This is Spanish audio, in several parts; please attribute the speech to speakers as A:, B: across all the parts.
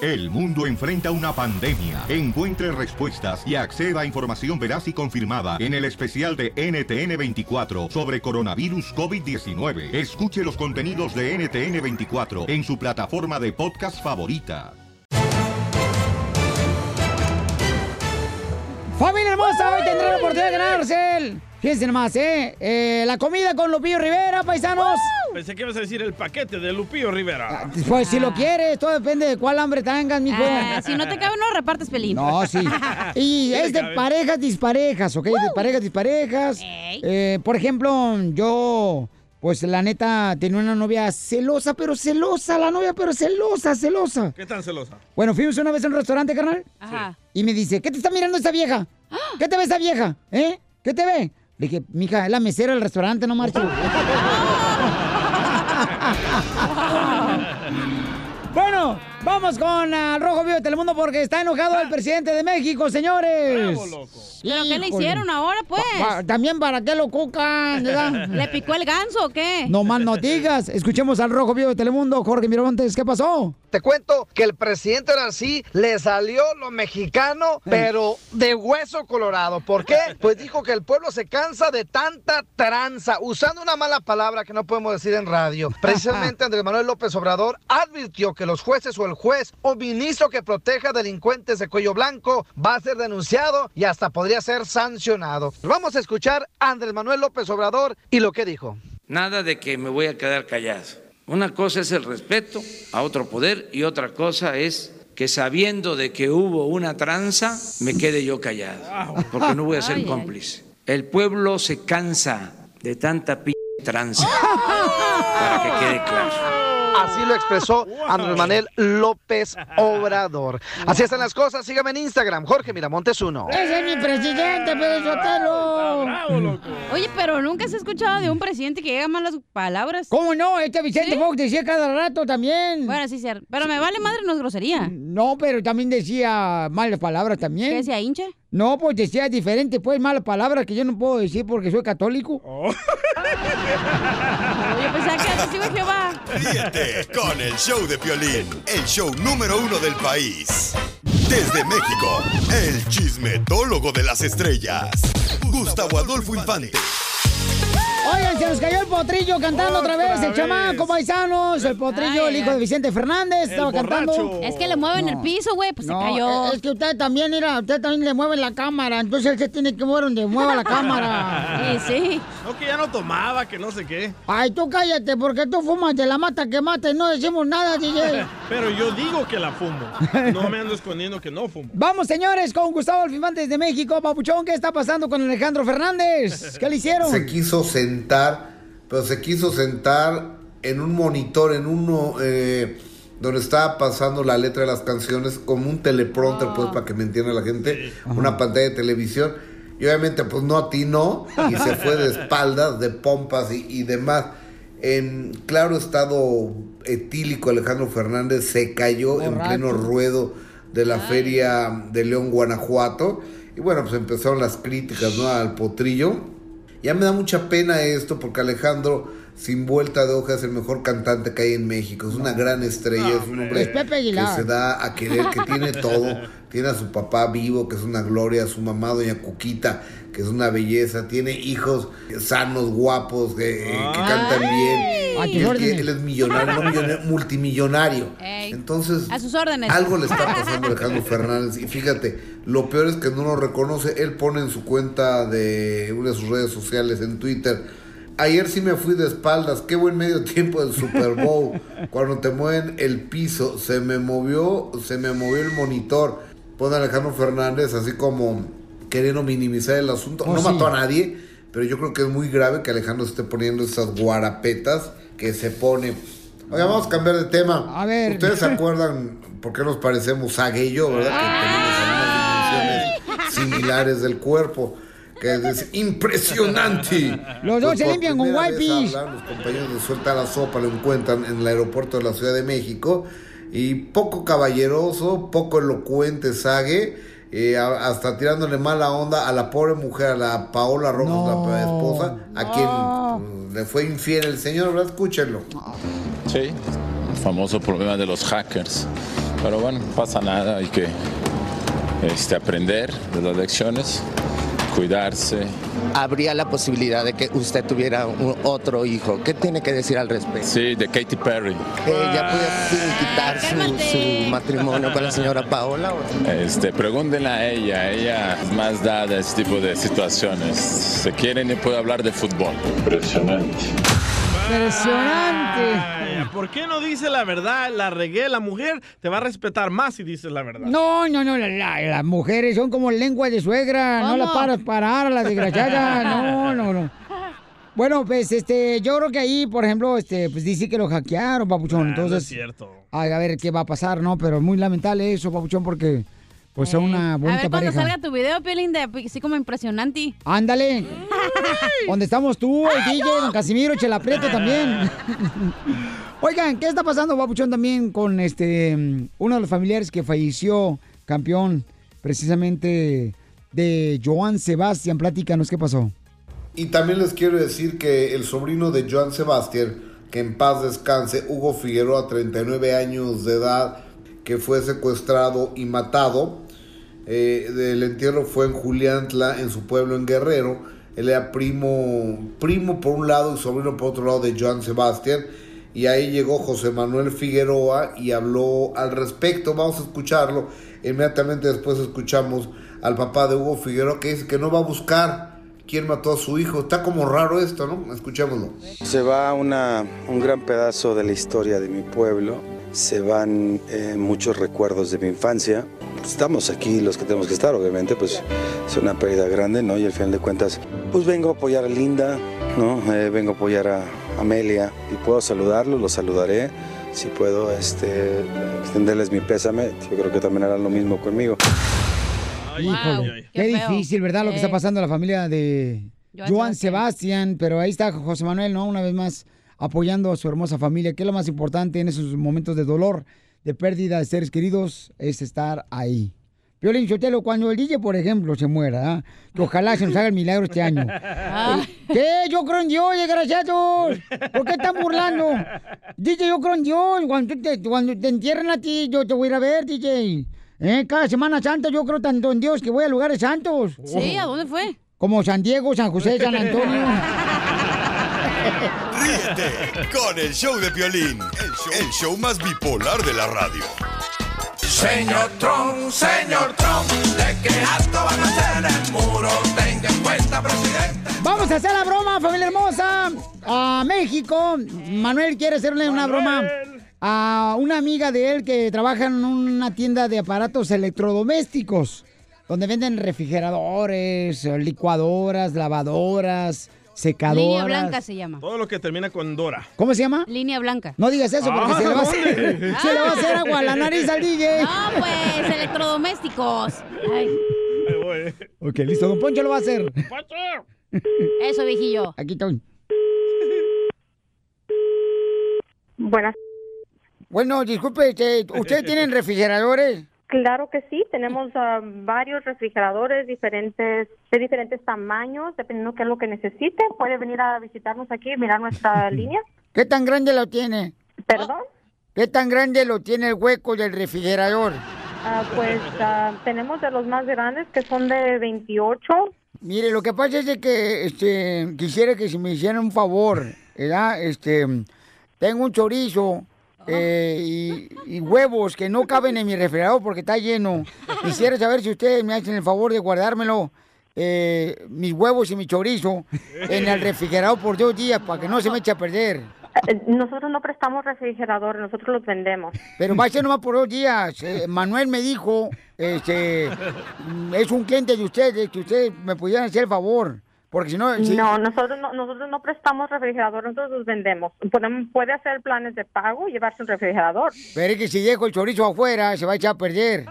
A: El mundo enfrenta una pandemia. Encuentre respuestas y acceda a información veraz y confirmada en el especial de NTN24 sobre coronavirus COVID-19. Escuche los contenidos de NTN24 en su plataforma de podcast favorita.
B: Familia hermosa, hoy tendrá la oportunidad de ganarse el... Fíjense nomás, ¿eh? Eh, La comida con Lupillo Rivera, paisanos.
C: Pensé que ibas a decir el paquete de Lupillo Rivera.
B: Pues si lo quieres, todo depende de cuál hambre tengas, mijo.
C: Ah,
D: Ah. Eh, si no te cabe, no repartes, Pelín.
B: No, sí. Y
D: Sí
B: es
D: te
B: de
D: cabe.
B: parejas disparejas, ¿ok? De parejas disparejas. Eh, por ejemplo, yo, pues la neta, tenía una novia celosa, pero celosa, la novia, pero celosa, celosa.
C: ¿Qué tan celosa?
B: Bueno, fuimos una vez a un restaurante, carnal.
C: Ajá.
B: Y me dice, ¿qué te está mirando esta vieja? ¿Qué te ve esta vieja? ¿Eh? ¿Qué te ve? Le dije, mija, es la mesera del restaurante, no marches. bueno, vamos con ah, Rojo Vivo de Telemundo porque está enojado el presidente de México, señores.
D: ¿Pero qué le
B: Híjole.
D: hicieron ahora, pues?
B: Pa- pa- también para qué lo cucan, ¿verdad?
D: ¿Le picó el ganso o qué?
B: No más no digas. Escuchemos al Rojo Vivo de Telemundo, Jorge Miramontes, ¿qué pasó?
E: Te cuento que el presidente ahora sí le salió lo mexicano, pero de hueso colorado. ¿Por qué? Pues dijo que el pueblo se cansa de tanta tranza, usando una mala palabra que no podemos decir en radio. Precisamente Andrés Manuel López Obrador advirtió que los jueces o el juez o ministro que proteja delincuentes de cuello blanco va a ser denunciado y hasta podría ser sancionado. Vamos a escuchar a Andrés Manuel López Obrador y lo que dijo.
F: Nada de que me voy a quedar callado. Una cosa es el respeto a otro poder y otra cosa es que sabiendo de que hubo una tranza, me quede yo callado, porque no voy a ser cómplice. El pueblo se cansa de tanta p tranza, para que quede claro.
E: Así lo expresó Andrés Manuel López Obrador. Así están las cosas. Sígame en Instagram, Jorge Miramontes 1.
B: ¡Ese es mi presidente, Pérez Sotelo!
D: Oye, pero nunca se ha escuchado de un presidente que llega malas palabras.
B: ¿Cómo no? Este Vicente Fox decía cada rato también.
D: Bueno, sí, cierto. Pero me vale madre, no es grosería.
B: No, pero también decía malas palabras también.
D: ¿Qué decía, hincha?
B: No, pues decía diferente, pues malas palabras que yo no puedo decir porque soy católico.
D: Yo pensaba que era testigo de Jehová.
G: Ríete con el show de Piolín, el show número uno del país. Desde México, el chismetólogo de las estrellas, Gustavo Adolfo Infante.
B: Oigan, se nos cayó el potrillo cantando otra, vez, el chamaco, paisanos, el potrillo, el hijo de Vicente Fernández, estaba cantando.
D: Es que le mueven el
B: No.
D: piso, güey, pues
B: No, e,
D: se cayó.
B: es- Es que usted también, mira, usted también le mueve la cámara, entonces él se tiene que mover donde mueva la cámara.
C: No, que ya no tomaba, que no sé qué.
B: Ay, tú cállate, porque tú fumas de la mata que mata y no decimos nada, DJ.
C: Pero yo digo que la fumo. No me ando escondiendo que no fumo.
B: Vamos, señores, con Gustavo Alfimantes de México. Papuchón, ¿qué está pasando con Alejandro Fernández? ¿Qué le hicieron?
H: Se quiso sentar, pero se quiso sentar en un monitor, en uno eh, donde estaba pasando la letra de las canciones, como un teleprompter, pues para que me entienda la gente, una pantalla de televisión. Y obviamente, pues no atinó y se fue de espaldas, de pompas y, y demás. En claro estado etílico, Alejandro Fernández se cayó en
I: Borracho.
H: pleno ruedo de la feria de León, Guanajuato. Y bueno, pues empezaron las críticas ¿no? al potrillo. Ya me da mucha pena esto porque Alejandro, sin vuelta de hoja, es el mejor cantante que hay en México. Es una gran estrella, es un hombre
B: Es Pepe
H: que
B: Aguilar.
H: se da a querer, que tiene todo. Tiene a su papá vivo, que es una gloria, a su mamá, doña Cuquita, que es una belleza. Tiene hijos sanos, guapos, que, eh, que cantan
D: A tus
H: bien. Y él,
D: órdenes.
H: que- él es millonario, no millonario, multimillonario.
D: Ey.
H: Entonces,
D: A sus órdenes.
H: algo le está pasando a Alejandro Fernández. Y fíjate, lo peor es que no lo reconoce. Él pone en su cuenta de una de sus redes sociales, en Twitter. Ayer sí me fui de espaldas. Qué buen medio tiempo del Super Bowl. Cuando te mueven el piso, se me movió, se me movió el monitor. Pone Alejandro Fernández así como queriendo minimizar el asunto.
J: Oh,
H: no
J: sí.
H: mató a nadie, pero yo creo que es muy grave que Alejandro esté poniendo esas guarapetas que se pone. Oiga, vamos a cambiar de tema. A ver. ¿Ustedes se acuerdan por qué nos parecemos a y yo, verdad? Que tenemos algunas dimensiones similares del cuerpo. Que es impresionante.
B: Los dos
H: Pues
B: se
H: por
B: limpian con
H: primera vez
B: wipes.
H: hablan, Los compañeros de Suelta la Sopa lo encuentran en el aeropuerto de la Ciudad de México. Y poco caballeroso, poco elocuente Sague, eh, a- hasta tirándole mala onda a la pobre mujer, a la Paola Rojas, la esposa, a quien mm, le fue infiel el señor, ¿verdad? Escúchenlo.
K: Sí, el famoso problema de los hackers.
I: Pero bueno, no pasa nada, hay que este, aprender de las lecciones, cuidarse.
J: Habría la posibilidad de que usted tuviera un- otro hijo. ¿Qué tiene que decir al respecto?
I: Sí, de Katy Perry.
J: ¿Ella puede finiquitar su, su matrimonio con la señora Paola? o-
I: Este, pregúntenla a ella, ella es más dada a este tipo de situaciones. Se quieren y puede hablar de fútbol. Impresionante.
B: Impresionante.
C: ¿Por qué no dice la verdad? La regué, la mujer te va a respetar más si dices la verdad.
B: No, no, no, la- la- las mujeres son como lengua de suegra, no las
C: ¿Cómo?
B: paras parar, la desgraciada, no, no, no. Bueno, pues, este, yo creo que ahí, por ejemplo, este, pues dice que lo hackearon, papuchón,
C: Ah, no
B: entonces...
C: es cierto.
B: Ay, a ver qué va a pasar, ¿no? Pero muy lamentable eso, papuchón, porque pues son una
D: A
B: bonita
D: ver cuando
B: pareja.
D: salga tu video, Piolín, de así como impresionante.
B: Ándale. ¿Dónde estamos tú, el DJ, don Casimiro, Chela Prieto también? Oigan, ¿qué está pasando, Papuchón, también con este mm, uno de los familiares que falleció, campeón, precisamente de Joan Sebastián? Platícanos qué pasó.
H: Y también les quiero decir que el sobrino de Joan Sebastián, que en paz descanse, Hugo Figueroa, 39 años de edad, que fue secuestrado y matado. eh, el entierro fue en Juliantla, en su pueblo en Guerrero. Él era primo, primo por un lado y sobrino por otro lado de Joan Sebastián. Y ahí llegó José Manuel Figueroa y habló al respecto. Vamos a escucharlo. Inmediatamente después escuchamos al papá de Hugo Figueroa que dice que no va a buscar quién mató a su hijo. Está como raro esto, ¿no? Escuchémoslo.
K: Se va una, un gran pedazo de la historia de mi pueblo, se van eh, muchos recuerdos de mi infancia. Pues, Estamos aquí los que tenemos que estar, obviamente, pues es una pérdida grande, ¿no? Y al final de cuentas, pues vengo a apoyar a Linda, ¿no? Eh, vengo a apoyar a Amelia y puedo saludarlos, los saludaré. Si puedo este, extenderles mi pésame, yo creo que también harán lo mismo conmigo.
B: Híjole, qué, difícil, ¿verdad? Lo que está pasando a la familia de
K: Joan
B: Joan, Sebastián, pero ahí está José Manuel, ¿no? Una vez más apoyando a su hermosa familia, que es lo más importante en esos momentos de dolor, de pérdida de seres queridos, es estar ahí. Piolín Sotelo, cuando el DJ, por ejemplo, se muera, ¿ah? que ojalá se nos haga el milagro este año. ¿Qué? Yo creo en Dios, desgraciados. ¿Por qué están burlando? DJ, yo creo en Dios. Cuando tú te, cuando te entierren a ti, yo te voy a ir a ver, DJ. ¿Eh? Cada Semana Santa yo creo tanto en Dios que voy a lugares santos.
D: Sí, ¿a dónde fue?
B: Como San Diego, San José, San Antonio.
G: Ríete con el show de Piolín, el show, el show más bipolar de la radio.
L: Señor Trump, señor Trump, ¿de qué acto van a hacer el muro? Tenga en cuenta, presidente.
B: Vamos a hacer la broma, familia hermosa. A México. Manuel quiere hacerle una broma a una amiga de él que trabaja en una tienda de aparatos electrodomésticos, donde venden refrigeradores, licuadoras, lavadoras, secadoras.
D: Línea blanca se llama.
C: Todo lo que termina con Dora.
B: ¿Cómo se llama?
D: Línea blanca.
B: No digas eso porque
C: Ah,
B: se le va a hacer,
C: ¿dónde?
B: se le va a hacer agua a la nariz al DJ.
D: No, pues, electrodomésticos. Ay,
B: Ok, listo. Don Poncho lo va a hacer.
D: eso, viejillo.
B: Aquí estoy.
M: Buenas.
B: Bueno, disculpe, este, ¿ustedes tienen refrigeradores?
M: Claro que sí, tenemos ah, varios refrigeradores diferentes de diferentes tamaños, dependiendo qué es lo que necesite. Puede venir a visitarnos aquí y mirar nuestra línea.
B: ¿Qué tan grande lo tiene?
M: ¿Perdón?
B: ¿Qué tan grande lo tiene el hueco del refrigerador?
M: Ah, pues ah, tenemos de los más grandes que son de 28.
B: Mire, lo que pasa es de que este, quisiera que si me hicieran un favor, ¿verdad? Este, tengo un chorizo
M: Ah.
B: eh, y, y huevos que no caben en mi refrigerador porque está lleno. Quisiera saber si ustedes me hacen el favor de guardármelo, eh, mis huevos y mi chorizo, en el refrigerador por dos días para que no se me eche a perder.
M: Eh, Nosotros no prestamos refrigeradores, nosotros los vendemos.
B: Pero va a ser nomás por dos días. Eh, Manuel me dijo, este, mm, es un cliente de ustedes, que ustedes me pudieran hacer el favor. Porque si no... si-
M: No, nosotros no, nosotros no prestamos refrigeradores, nosotros los vendemos. Podemos, puede hacer planes de pago y llevarse un refrigerador.
B: Pero es que si dejo el chorizo afuera, se va a echar a perder.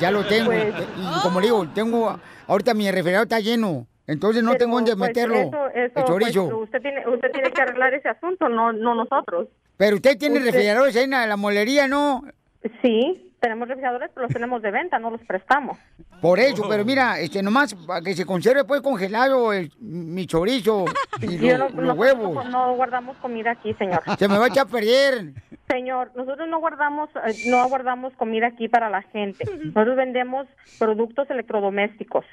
B: Ya lo tengo. Eh,
M: Pues-
B: Y como le digo, tengo... Ahorita mi refrigerador está lleno. Entonces no
M: Pero,
B: tengo dónde
M: pues,
B: meterlo,
M: eso- eso,
B: el chorizo.
M: pues, usted, tiene, usted tiene que arreglar ese asunto, no, no nosotros.
B: Pero usted tiene
M: usted-
B: refrigeradores ahí en la la molería, ¿no?
M: Sí, tenemos refrigeradores, pero los tenemos de venta, no los prestamos.
B: Por eso,
M: Oh.
B: pero mira, este, nomás para que se conserve pues congelado el- mi chorizo y
M: Yo
B: los-
M: no-
B: los
M: nosotros
B: huevos.
M: No, no guardamos comida aquí, señor.
B: Se me va a echar a perder.
M: Señor, nosotros no guardamos, eh, no guardamos comida aquí para la gente. Nosotros vendemos productos electrodomésticos.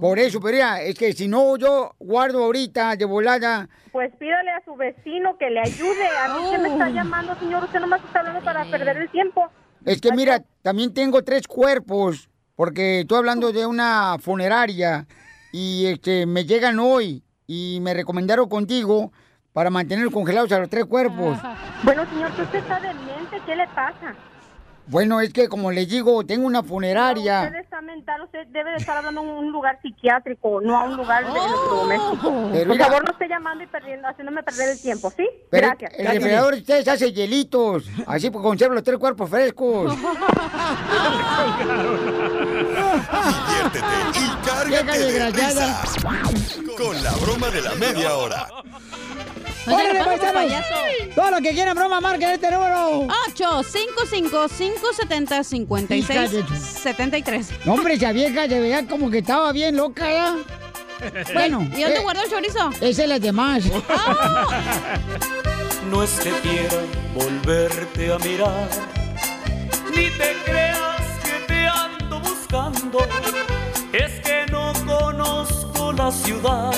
B: Por eso, pero mira, es que si no yo guardo ahorita de volada.
M: Pues pídale a su vecino que le ayude. A mí que me está llamando, señor. Usted nomás está hablando para perder el tiempo.
B: Es que mira, también tengo tres cuerpos, porque estoy hablando de una funeraria y este, me llegan hoy y me recomendaron contigo para mantener congelados a los tres cuerpos.
M: Bueno, señor, que usted está demente. ¿Qué le pasa?
B: Bueno, es que como les digo, tengo una funeraria.
M: Usted está mental. Usted debe de estar hablando en un lugar psiquiátrico, no a un lugar de electrodoméstico.
B: Oh. Pero
M: Por
B: mira-
M: favor, no esté llamando y perdiendo, haciéndome perder el tiempo, ¿sí?
B: Pero
M: Gracias.
B: el refrigerador de ustedes hace hielitos, así pues conservo los tres cuerpos frescos.
G: y cárgate de risas con la broma de la media hora.
B: ¡Órale,
D: pásame,
B: paisanos! Todo lo que quieran, broma, marca este número.
D: 8 55 570 56 73
B: No, hombre, esa vieja de verdad como que estaba bien loca ¿eh? ya. Bueno.
D: ¿Y dónde
B: eh,
D: guardó el chorizo? Ah,
B: Esa es la demás.
N: No es que quiera volverte a mirar, ni te creas que te ando buscando, es que no conozco la ciudad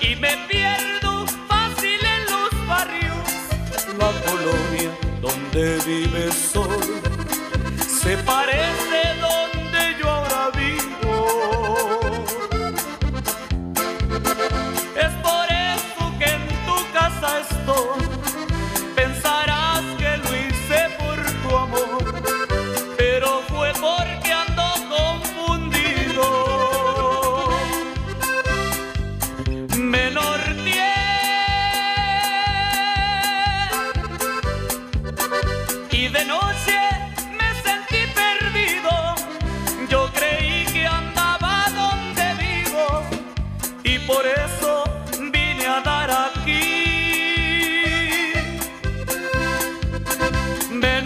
N: y me pierdo fácil en los barrios, la colonia donde vives hoy se parece donde yo ahora vivo. Es por eso que en tu casa estoy. Pensarás que lo hice por tu amor, pero fue porque ando confundido. Me norteé y de noche me sentí perdido. Yo creí que andaba donde vivo y por eso vine a dar aquí. Me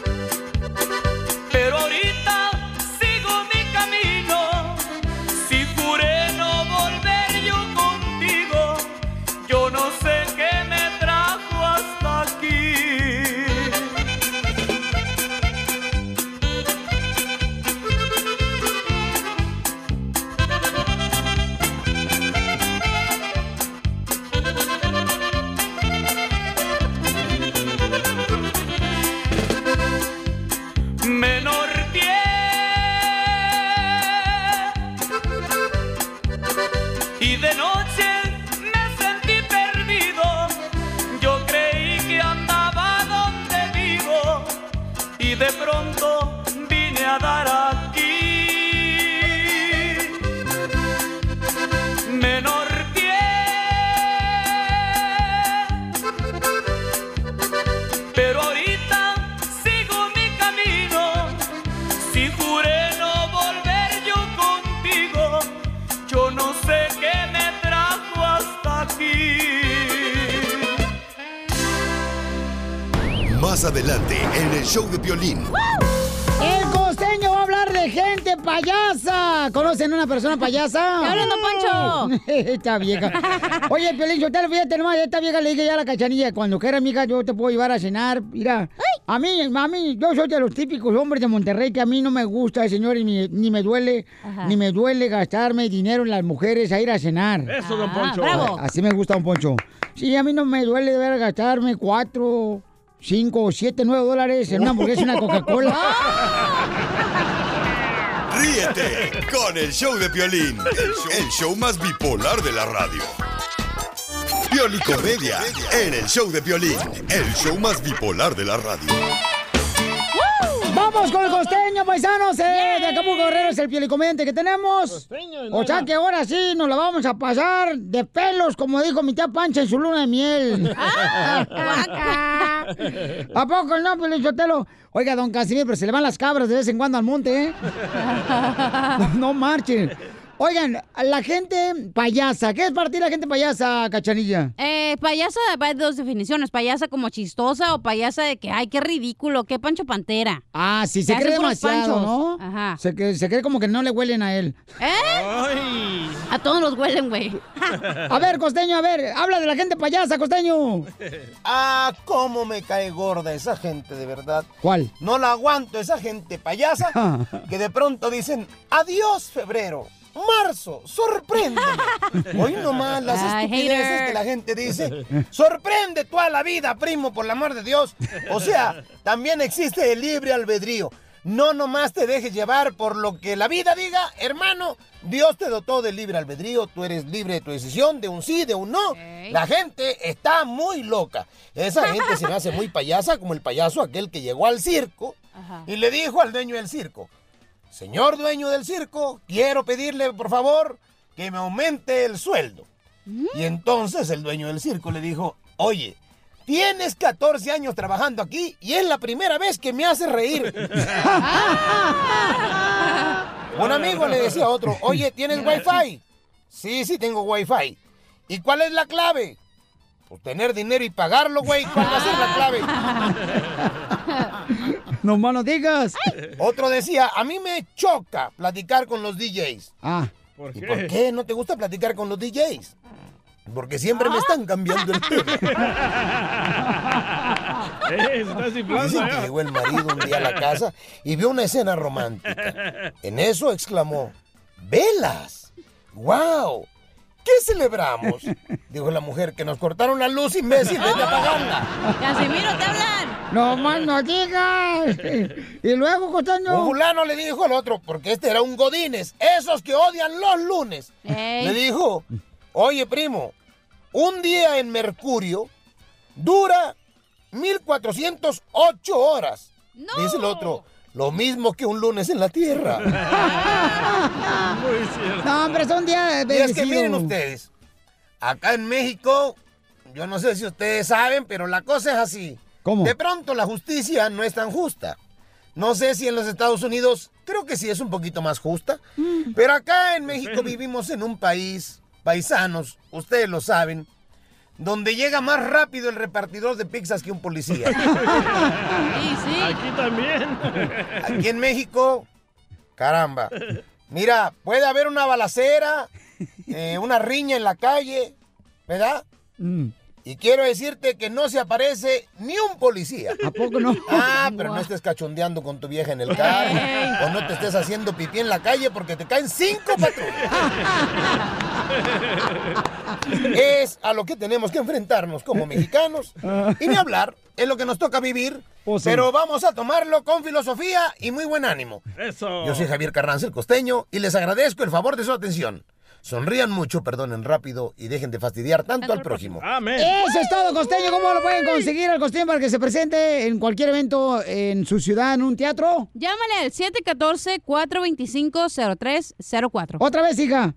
N: norteé, pero ahorita sigo mi camino. Si juré no volver yo contigo, yo no sé qué me trajo hasta aquí. me norteé y de noche me sentí perdido. Yo creí que andaba donde vivo y de pronto vine a dar aquí. Me norteé pero ahorita sigo mi camino. Si juré no volver yo contigo, yo no sé qué me trajo hasta aquí.
G: Más adelante en el show de Piolín.
B: El costeño va a hablar de gente payasa. ¿Conocen una persona payasa?
D: ¡Está hablando, Pancho!
B: esta vieja. Oye, Piolín, yo te lo fíjate nomás, esta vieja le dije ya a la cachanilla, cuando quiera, amiga, yo te puedo llevar a cenar. Mira, a mí, a mí, yo soy de los típicos hombres de Monterrey que a mí no me gusta, señores, ni, ni me duele,
C: Ajá.
B: ni me duele gastarme dinero en las mujeres a ir a cenar.
C: Eso,
D: Ah,
C: don Poncho. bravo.
B: Así me gusta, don Poncho. Sí, a mí no me duele de ver gastarme cuatro, cinco, siete, nueve dólares en una hamburguesa y una Coca-Cola.
N: Ah,
G: Ríete con el show de Piolín, el show, el show más bipolar de la radio. Piolicomedia en el show de Piolín, el show más bipolar de la radio.
B: Vamos con el costeño, paisanos, eh, de Acapulco Guerrero es el piolicomiente que tenemos. o sea que ahora sí nos la vamos a pasar de pelos, como dijo mi tía Pancha en su luna de miel. ¿A poco no, Pelichotelo? Oiga, don Casimir, pero se le van las cabras de vez en cuando al monte, ¿eh? no marchen. Oigan, a la gente payasa, ¿qué es para ti la gente payasa, cachanilla?
D: Eh, payasa hay dos definiciones, payasa como chistosa o payasa de que, ay, qué ridículo, qué Pancho Pantera.
B: Ah, si se
D: Te hacen
B: cree
D: puros Ah.
B: demasiado,
D: panchos.
B: ¿no?
D: Ajá.
B: Se, que- se cree como que no le huelen a él.
D: ¿Eh? A todos nos huelen, güey.
B: A ver, costeño, a ver, habla de la gente payasa, costeño.
O: Ah, cómo me cae gorda esa gente, de verdad.
B: ¿Cuál? Ah.
O: No la aguanto, esa gente payasa que de pronto dicen, adiós febrero, marzo, sorpréndeme. Hoy nomás las
L: Ay,
O: estupideces
L: hater.
O: que la gente dice, sorprende toda la vida, primo, por el amor de Dios. O sea, también existe el libre albedrío. No nomás te dejes llevar por lo que la vida diga, hermano. Dios te dotó de libre albedrío, tú eres libre de tu decisión, de un sí, de un no. La gente está muy loca. Esa gente se me hace muy payasa, como el payaso aquel que llegó al circo y le dijo al dueño del circo, señor dueño del circo, quiero pedirle por favor que me aumente el sueldo. Y entonces el dueño del circo le dijo, oye, tienes 14 años trabajando aquí y es la primera vez que me haces reír. Un amigo le decía a otro, oye, ¿tienes wifi? Sí, sí, tengo wifi. ¿Y cuál es la clave? Pues tener dinero y pagarlo, güey. ¿Cuál va a ser la clave?
B: No más no digas.
O: Otro decía, a mí me choca platicar con los DJs.
B: Ah.
O: ¿Y por qué no te gusta platicar con los DJs? Porque siempre me están cambiando el tema.
L: Eh, se está desinflando,
O: Dicen que
L: ya.
O: llegó el marido un día a la casa y vio una escena romántica. En eso exclamó, ¡velas! ¡Wow! ¿Qué celebramos? Dijo la mujer, que nos cortaron la luz, imbécil, vete a apagarla.
D: Casimiro, te hablan.
B: No más no digas. Y luego,
O: Un
B: costeño.
O: fulano le dijo al otro, porque este era un godines, esos que odian los lunes.
D: Ey.
O: Le dijo, oye primo, un día en Mercurio dura 1408 horas. Dice el otro, lo mismo que un lunes en la Tierra.
B: No, hombre, son días
O: Y es que
B: bendecidos.
O: miren ustedes, acá en México, yo no sé si ustedes saben, pero la cosa es así.
B: ¿Cómo?
O: De pronto la justicia no es tan justa. No sé si en los Estados Unidos, creo que sí es un poquito más justa. Pero acá en México vivimos en un país, paisanos, ustedes lo saben, donde llega más rápido el repartidor de pizzas que un policía.
C: Aquí también.
O: Aquí en México, caramba. Mira, puede haber una balacera, eh, una riña en la calle, ¿verdad?
B: Mm.
O: Y quiero decirte que no se aparece ni un policía.
B: ¿A poco no?
O: Ah, pero no estés cachondeando con tu vieja en el carro. O no te estés haciendo pipí en la calle porque te caen cinco patrullas. Es a lo que tenemos que enfrentarnos como mexicanos. Y ni hablar, es lo que nos toca vivir.
P: Oh,
B: sí.
O: Pero vamos a tomarlo con filosofía y muy buen ánimo.
C: Eso.
O: Yo soy Javier Carranza, el costeño, y les agradezco el favor de su atención. Sonrían mucho, perdonen rápido y dejen de fastidiar tanto al prójimo.
B: Eso es todo, costeño. ¿Cómo lo pueden conseguir al costeño para que se presente en cualquier evento en su ciudad, en un teatro?
D: Llámale al 714-425-0304.
B: Otra vez, hija.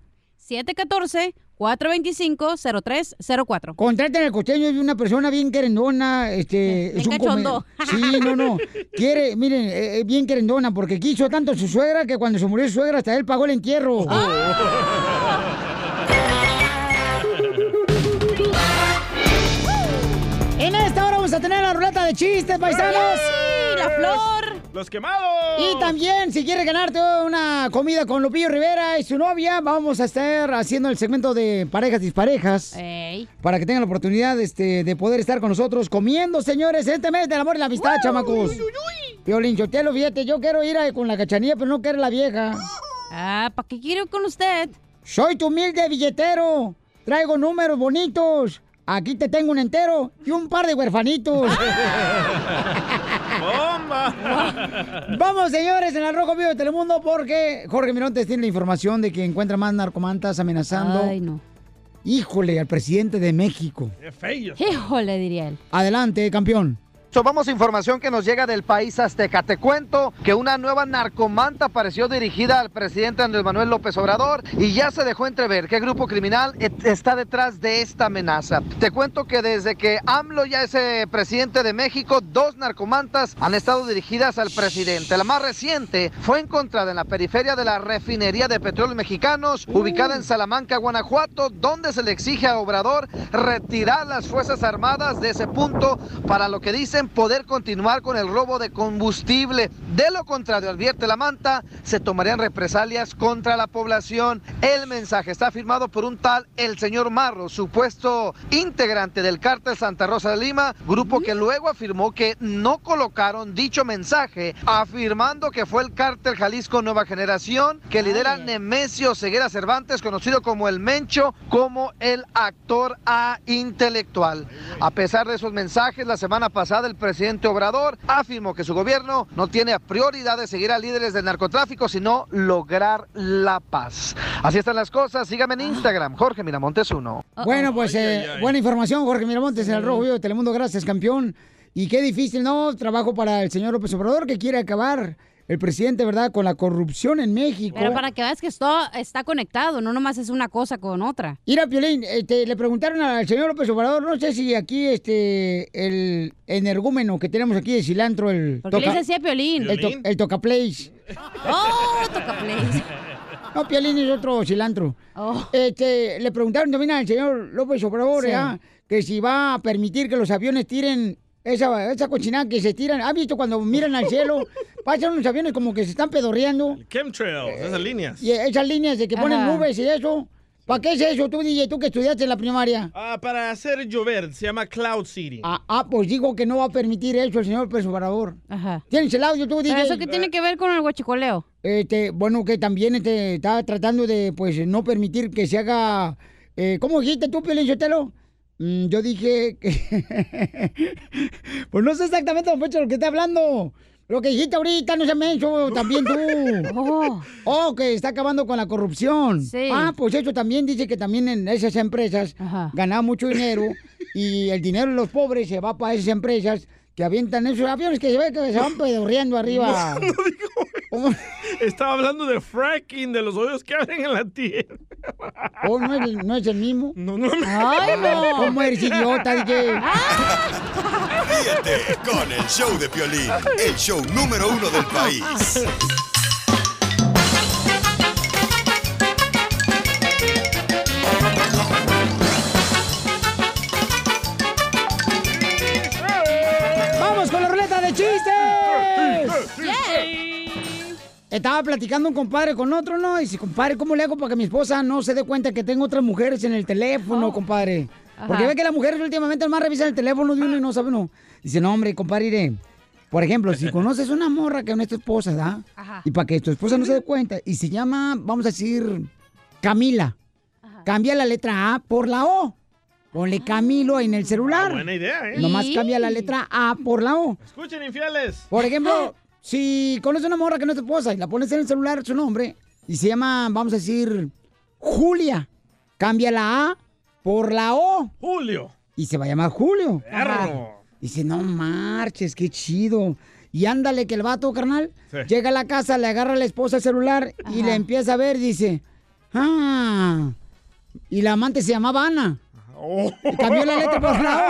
D: 714-425-0304.
B: Contraten al costeño de una persona bien querendona, este,
D: Bien
B: es un come-
D: cachondo.
B: Sí, no, no. Quiere, miren, eh, eh, bien querendona, porque quiso tanto a su suegra que cuando se murió su suegra hasta él pagó el
D: Oh.
B: entierro. Ah, En esta hora vamos a tener la ruleta de chistes, paisanos.
D: ¡Oh, la flor!
C: ¡Los quemados!
B: Y también, si quieres ganarte una comida con Lupillo Rivera y su novia, vamos a estar haciendo el segmento de parejas disparejas. Para que tengan la oportunidad este, de poder estar con nosotros comiendo, señores, este mes del amor y la amistad, chamacos. Violín, yo te lo fíjate, yo quiero ir a- con la cachanilla, pero no quiero la vieja.
D: Ah, ¿para qué quiero con usted?
B: Soy tu humilde billetero. Traigo números bonitos. Aquí te tengo un entero y un par de huerfanitos.
L: ¡Bomba!
B: Vamos, señores, en el Rojo Vivo de Telemundo, porque Jorge Mirontes tiene la información de que encuentra más narcomantas amenazando.
D: Ay, no.
B: Híjole, al presidente de México.
D: Híjole, diría él.
B: Adelante, campeón.
E: Tomamos información que nos llega del país azteca. Te cuento que una nueva narcomanta apareció dirigida al presidente Andrés Manuel López Obrador y ya se dejó entrever qué grupo criminal et- está detrás de esta amenaza. Te cuento que desde que AMLO ya es eh, presidente de México, dos narcomantas han estado dirigidas al presidente. La más reciente fue encontrada en la periferia de la refinería de petróleos mexicanos, ubicada en Salamanca, Guanajuato, donde se le exige a Obrador retirar las Fuerzas Armadas de ese punto para lo que dicen deben poder continuar con el robo de combustible. De lo contrario, advierte la manta, se tomarían represalias contra la población. El mensaje está firmado por un tal el señor Marro, supuesto integrante del cártel Santa Rosa de Lima, grupo que luego afirmó que no colocaron dicho mensaje, afirmando que fue el cártel Jalisco Nueva Generación que lidera Nemesio Ceguera Cervantes, conocido como el Mencho, como el actor A intelectual. A pesar de esos mensajes, la semana pasada el presidente Obrador afirmó que su gobierno no tiene prioridad de seguir a líderes del narcotráfico, sino lograr la paz. Así están las cosas. Sígame en Instagram, Jorge Miramontes 1.
B: Bueno, pues eh, buena información, Jorge Miramontes, en el Rojo Vivo de Telemundo. Gracias, campeón. Y qué difícil, ¿no? Trabajo para el señor López Obrador, que quiere acabar el presidente, ¿verdad?, con la corrupción en México.
D: Pero para que veas que esto está conectado, no nomás es una cosa con otra.
B: Mira, Piolín, este, le preguntaron al señor López Obrador, no sé si aquí este el energúmeno que tenemos aquí de cilantro, el
D: ¿Por qué le dice así a Piolín?
B: El, to-
D: ¿Piolín?
B: el tocaplays.
D: ¡Oh, toca plays!
B: No, Piolín es otro cilantro. Este, le preguntaron también al señor López Obrador,
D: Oh. Sí.
B: ¿verdad? que si va a permitir que los aviones tiren esa, esa cochinada que se tiran. ¿Has visto cuando miran al cielo? Pasan unos aviones como que se están pedorreando.
C: Chemtrails, esas líneas.
B: Y e-, esas líneas de que ponen
C: Ajá.
B: nubes y eso. ¿Para qué es eso tú, DJ, tú que estudiaste en la primaria?
C: Ah, para hacer llover, se llama cloud seeding.
B: Ah, ah, pues digo que no va a permitir eso el señor Pérez Obrador. ¿Tienes el audio tú, DJ?
D: ¿Pero eso qué tiene que ver con el huachicoleo?
B: Este, bueno, que también este, está tratando de, pues, no permitir que se haga... eh, ¿Cómo dijiste tú, Piolín Sotelo? Mm, yo dije que... pues no sé exactamente, don Poncho, de lo que está hablando. Lo que dijiste ahorita, no se me también tú. oh. que está acabando con la corrupción. Ah, pues eso también dice que también en esas empresas ganaban mucho dinero y el dinero de los pobres se va para esas empresas que avientan esos aviones que se ve que se van pedorreando arriba.
C: Estaba hablando de fracking, de los hoyos que abren en la tierra.
B: ¿O Oh, no es, el- no es el mismo?
C: No, no.
B: ¡Ay, no! ¿Cómo eres idiota, DJ?
G: Ríete con el show de Piolín, el show número uno del país.
B: ¡Vamos con la ruleta de chistes! Estaba platicando un compadre con otro, ¿no? Y dice, compadre, ¿cómo le hago para que mi esposa no se dé cuenta que tengo otras mujeres en el teléfono, compadre? Porque
L: Ajá.
B: ve que las mujeres últimamente más revisan el teléfono de uno y no saben, no. Dice, no, hombre, compadre, iré. Por ejemplo, si conoces una morra que no es tu esposa, ¿da? Y para que tu esposa no se dé cuenta, y se llama, vamos a decir, Camila. Cambia la letra A por la O. Ponle Camilo en el celular.
C: buena idea, ¿eh?
B: Nomás
C: Sí.
B: cambia la letra A por la O.
C: Escuchen, infieles.
B: Por ejemplo, si conoces una morra que no es tu esposa y la pones en el celular su nombre y se llama, vamos a decir, Julia, cambia la A por la O.
C: Julio.
B: Y se va a llamar Julio.
C: Perro.
B: Dice, no marches, qué chido. Y ándale, que el vato, carnal,
L: Sí.
B: llega a la casa, le agarra a la esposa el celular y la empieza a ver, dice, ah. Y la amante se llamaba Ana. Y cambió la letra por la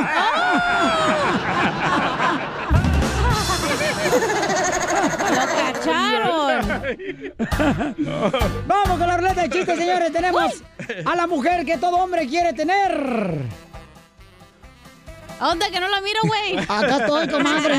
B: O. Vamos con la ruleta de chistes, señores. Tenemos a la mujer que todo hombre quiere tener.
D: ¿A dónde que no la miro, güey?
B: Acá estoy, comadre.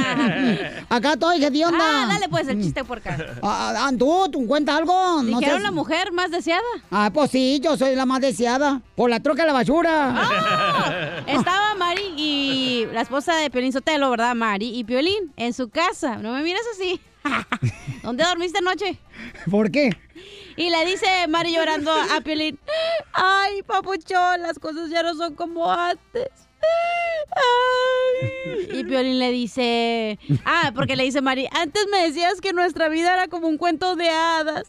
B: Acá estoy, ¿qué de onda?
D: Ah, dale pues el chiste por acá.
B: Ah, ah, tú, tú cuenta algo. No
D: Dijeron
B: seas-
D: la mujer más deseada.
B: Ah, pues sí, yo soy la más deseada. Por la troca de la basura.
D: Ah. Estaba Mari y la esposa de Piolín Sotelo, ¿verdad? Mari y Piolín en su casa. No me mires así. ¿Dónde dormiste anoche?
B: ¿Por qué?
D: Y le dice Mari llorando a Piolín, ay, papuchón, las cosas ya no son como antes. Ay. Y Piolín le dice, ah, porque le dice Mari, antes me decías que nuestra vida era como un cuento de hadas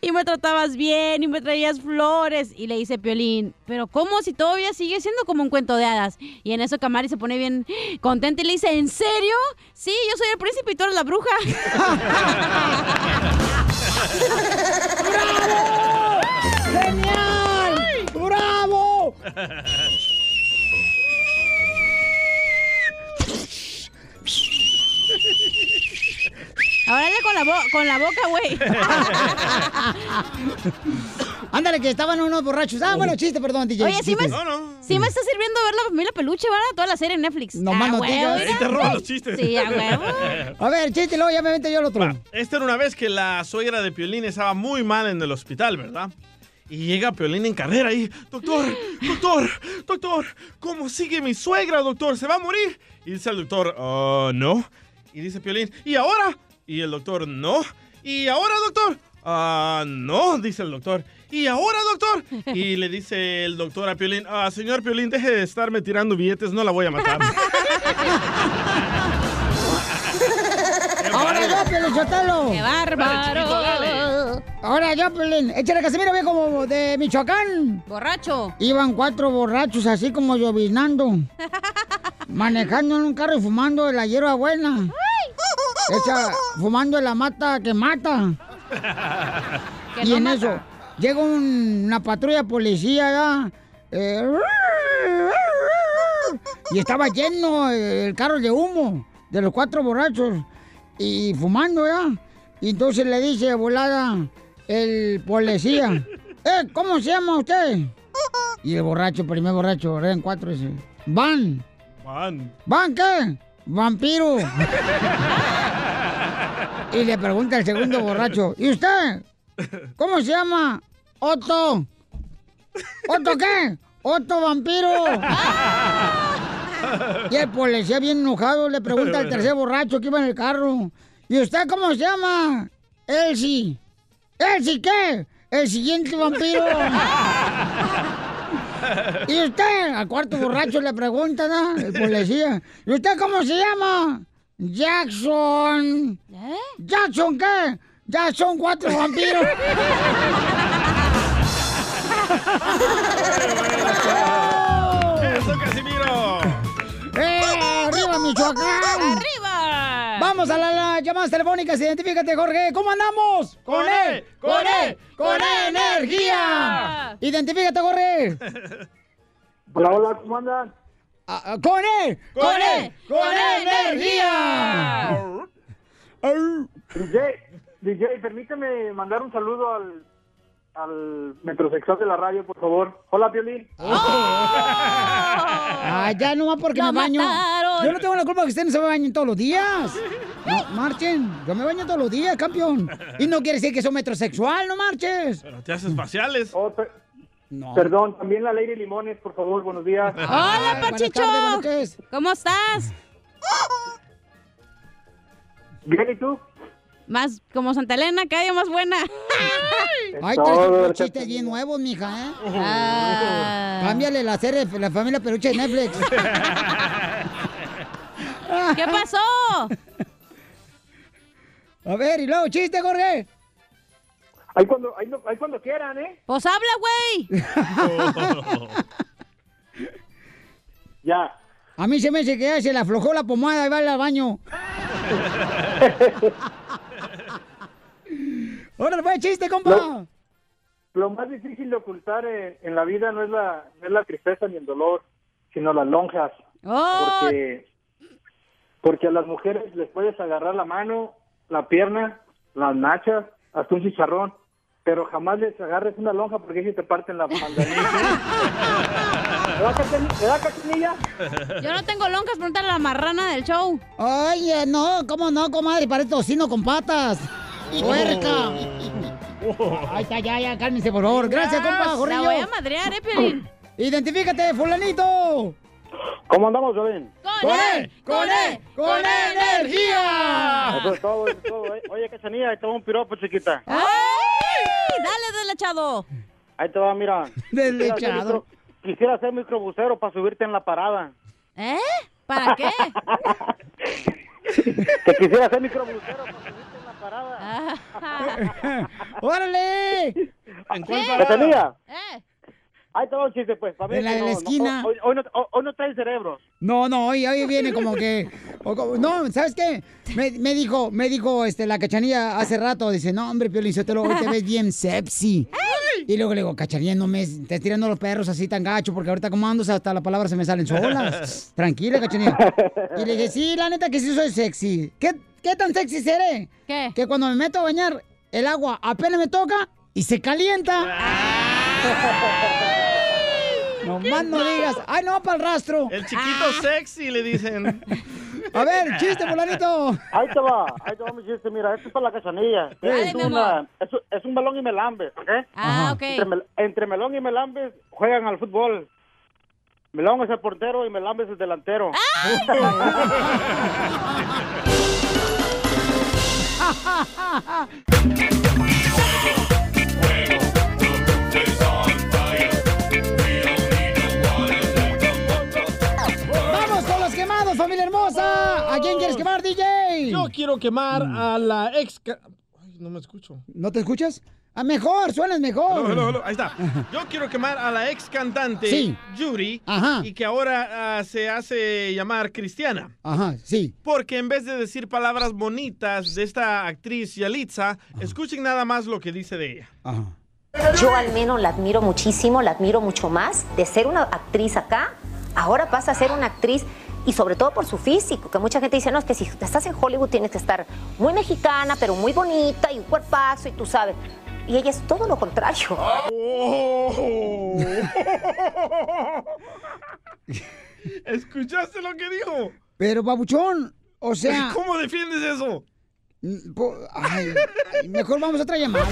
D: y me tratabas bien y me traías flores. Y le dice Piolín, pero ¿cómo si todavía sigue siendo como un cuento de hadas? Y en eso que Mari se pone bien contenta y le dice, ¿en serio? Sí, yo soy el príncipe y tú eres la bruja.
B: ¡Genial! ¡Bravo!
D: Ahora dale con la, bo- con la boca, güey.
B: Ándale, que estaban unos borrachos. Ah, bueno, chiste, perdón, DJ.
D: Oye, sí me,
B: Chiste.
D: sí Sí me está sirviendo ver la familia peluche, ¿verdad? Toda la serie en Netflix.
B: No más
D: Ah,
B: no
D: güey,
B: digas.
D: mira.
C: Ahí te roban los chistes.
D: Sí, a huevo.
B: A ver, chiste, luego ya me vente yo el otro.
C: Esta era una vez que la suegra de Piolín estaba muy mal en el hospital, ¿verdad? Y llega Piolín en carrera y, doctor, doctor, doctor, ¿cómo sigue mi suegra, doctor? ¿Se va a morir? Y dice el doctor, ah, no. Y dice Piolín, ¿y ahora? Y el doctor, no. ¿Y ahora, doctor? Ah, no, dice el doctor. ¿Y ahora, doctor? Y le dice el doctor a Piolín, ah, señor Piolín, deje de estarme tirando billetes, no la voy a matar.
B: Ahora yo, Pelín, Sotelo.
D: ¡Qué bárbaro!
B: Dale, Ahora yo, Pelín. Échale Casimiro, ve como de Michoacán.
D: Borracho.
B: Iban cuatro borrachos así como lloviznando. manejando en un carro y fumando de la hierba buena. Esa, fumando de la mata que mata.
L: Que
B: y
L: no
B: en
L: mata.
B: eso llega un- una patrulla de policía ya, eh, y estaba lleno el carro de humo de los cuatro borrachos y fumando ya. Y entonces le dice de volada el policía, "Eh, ¿cómo se llama usted? Y el borracho, primer borracho, eran cuatro, dice, Van,
C: Juan.
B: ¿van qué? Vampiro. Y le pregunta al segundo borracho, ¿y usted? ¿Cómo se llama? Otto. ¿Otto qué? Otto vampiro. Y el policía bien enojado le pregunta al tercer borracho que iba en el carro, ¿y usted cómo se llama? Elsie. ¿Elsie qué? El siguiente vampiro. ¿Y usted? Al cuarto borracho le pregunta, ¿no? El policía. ¿Y usted cómo se llama? Jackson. ¿Jackson qué? Ya son cuatro vampiros.
C: ¡Eso, Casimiro!
B: ¡Eh! ¡Arriba, Michoacán! ¡Arriba! Vamos a las las llamadas telefónicas. Identifícate, este Jorge. ¿Cómo andamos?
L: ¡Con E! ¡Con E! ¡Con E energía!
B: Identifícate, Jorge.
Q: Hola, hola, ¿cómo andan?
B: Ah, ah, ¡Con E!
Q: ¡Con E! ¡Con E energía! DJ, DJ, permíteme mandar un saludo al, al metrosexual de la radio, por favor. Hola, Piolín.
B: Ah, ya no va porque
Q: Lo
B: me baño.
Q: mataron.
B: Yo no tengo la culpa que ustedes no se bañen todos los días. No, marchen. Yo me baño todos los días, campeón. Y no quiere decir que soy metrosexual, no marches.
C: ¿Te haces faciales?
Q: Oh, Perdón, también la Lady Limones, por favor, buenos días.
D: Hola, Pachicho. ¿Cómo estás?
Q: Bien, ¿y tú?
D: Más como Santa Elena, cada día más buena.
B: Ay, traes otro chiste bien nuevo, mija, ¿eh?
D: Ah.
B: Cámbiale la serie, la familia peluche de Netflix.
D: ¿Qué pasó?
B: A ver, y luego, chiste, Jorge.
Q: Ahí cuando, ahí, no- ahí cuando quieran, ¿eh?
D: Pues habla, güey.
Q: Ya.
B: A mí se me hace que ya se le aflojó la pomada y va al baño. Órale, pues, chiste, compa.
Q: Lo- Lo más difícil de ocultar eh, en, en la vida no es la, no es la tristeza ni el dolor, sino las lonjas. Porque, porque a las mujeres les puedes agarrar la mano, la pierna, las nachas, hasta un chicharrón, pero jamás les agarres una lonja porque ahí se te parten la pandanilla. ¿Verdad, Cachan- verdad, Cachanilla?
D: Yo no tengo loncas, preguntarle a la marrana del show.
B: Oye, no, cómo no, comadre, parece tocino con patas. ¡Puerca! Ay, ya, ya, ya, cálmense, por favor. Gracias,
D: Ya,
B: compa,
D: la
B: Jorrillo.
D: voy a madrear, eh, Piolín.
B: Identifícate, fulanito.
Q: ¿Cómo andamos, Joven?
D: ¡Con él!
B: ¡Con él! ¡Con energía!
Q: Eso es todo, eso es todo. eh. Oye, Cachanilla, ahí te va un piropo, chiquita.
B: Ah.
D: ¡Ay! ¡Dale, deslechado!
Q: Ahí te va, mira.
D: Deslechado.
Q: Quisiera ser micro- Quisiera ser microbusero para subirte en la parada.
D: ¿Eh? ¿Para qué?
Q: Que quisiera ser microbusero.
B: ¡Órale!
Q: ¿En
B: cuál parada?
Q: Cachanilla.
D: ¿Eh?
Q: Ahí te va un chiste, pues. para ver
B: En la
Q: que
B: de la
Q: no- no-
B: esquina.
Q: hoy, hoy no, hoy- hoy no traes cerebro.
B: No, no, hoy, hoy viene como que. o como- no, ¿sabes qué? Me, me dijo, me dijo este, la cachanilla hace rato, dice, no, hombre, Piolín Sotelo, hoy te ves bien sepsi. Y luego le digo, cachanilla, no me estés tirando los perros así tan gacho, porque ahorita como ando, hasta las palabras se me salen solas. Tranquila, cachanilla. Y le dije, sí, la neta que sí soy sexy. ¿Qué, qué tan sexy seré?
D: ¿Qué?
B: Que cuando me meto a bañar, el agua apenas me toca y se calienta. No más no digas. ¡Ay, no, para el rastro!
C: El chiquito
D: Ah.
C: sexy, le dicen.
B: A ver, chiste, fulanito.
P: Ahí te va, ahí te va mi chiste. Mira, esto es para la cachanilla.
B: Dale,
P: es,
B: mi
P: una-
B: amor.
P: es, un- es un melón y melambes, ¿ok?
D: Ah, ok.
P: Entre, mel- entre melón y melambes juegan al fútbol. Melón es el portero y melambes es el delantero.
B: Ah, ¡Vamos con los quemados, familia hermosa! ¿A quién quieres quemar, DJ?
C: Yo quiero quemar a la ex... ca- Ay, pues, no me escucho.
B: ¿No te escuchas? ¡Ah, mejor! ¡Suenas mejor!
C: Hello, hello, hello. Ahí está. Yo quiero quemar a la ex cantante
B: Sí.
C: Yuri
B: Ajá.
C: y que ahora ah, se hace llamar Cristiana.
B: Ajá, Ah, sí.
C: Porque en vez de decir palabras bonitas de esta actriz Yalitza, escuchen nada más lo que dice de ella.
B: Ah.
R: Yo al menos la admiro muchísimo, la admiro mucho más. De ser una actriz acá, ahora pasa a ser una actriz y sobre todo por su físico, que mucha gente dice, no, es que si estás en Hollywood tienes que estar muy mexicana, pero muy bonita y un cuerpazo y tú sabes. Y ella es todo lo contrario.
C: ¿Escuchaste lo que dijo?
B: Pero, babuchón, o sea...
C: ¿Cómo defiendes eso?
B: Mm, po- ay, ay, mejor vamos a otra llamada.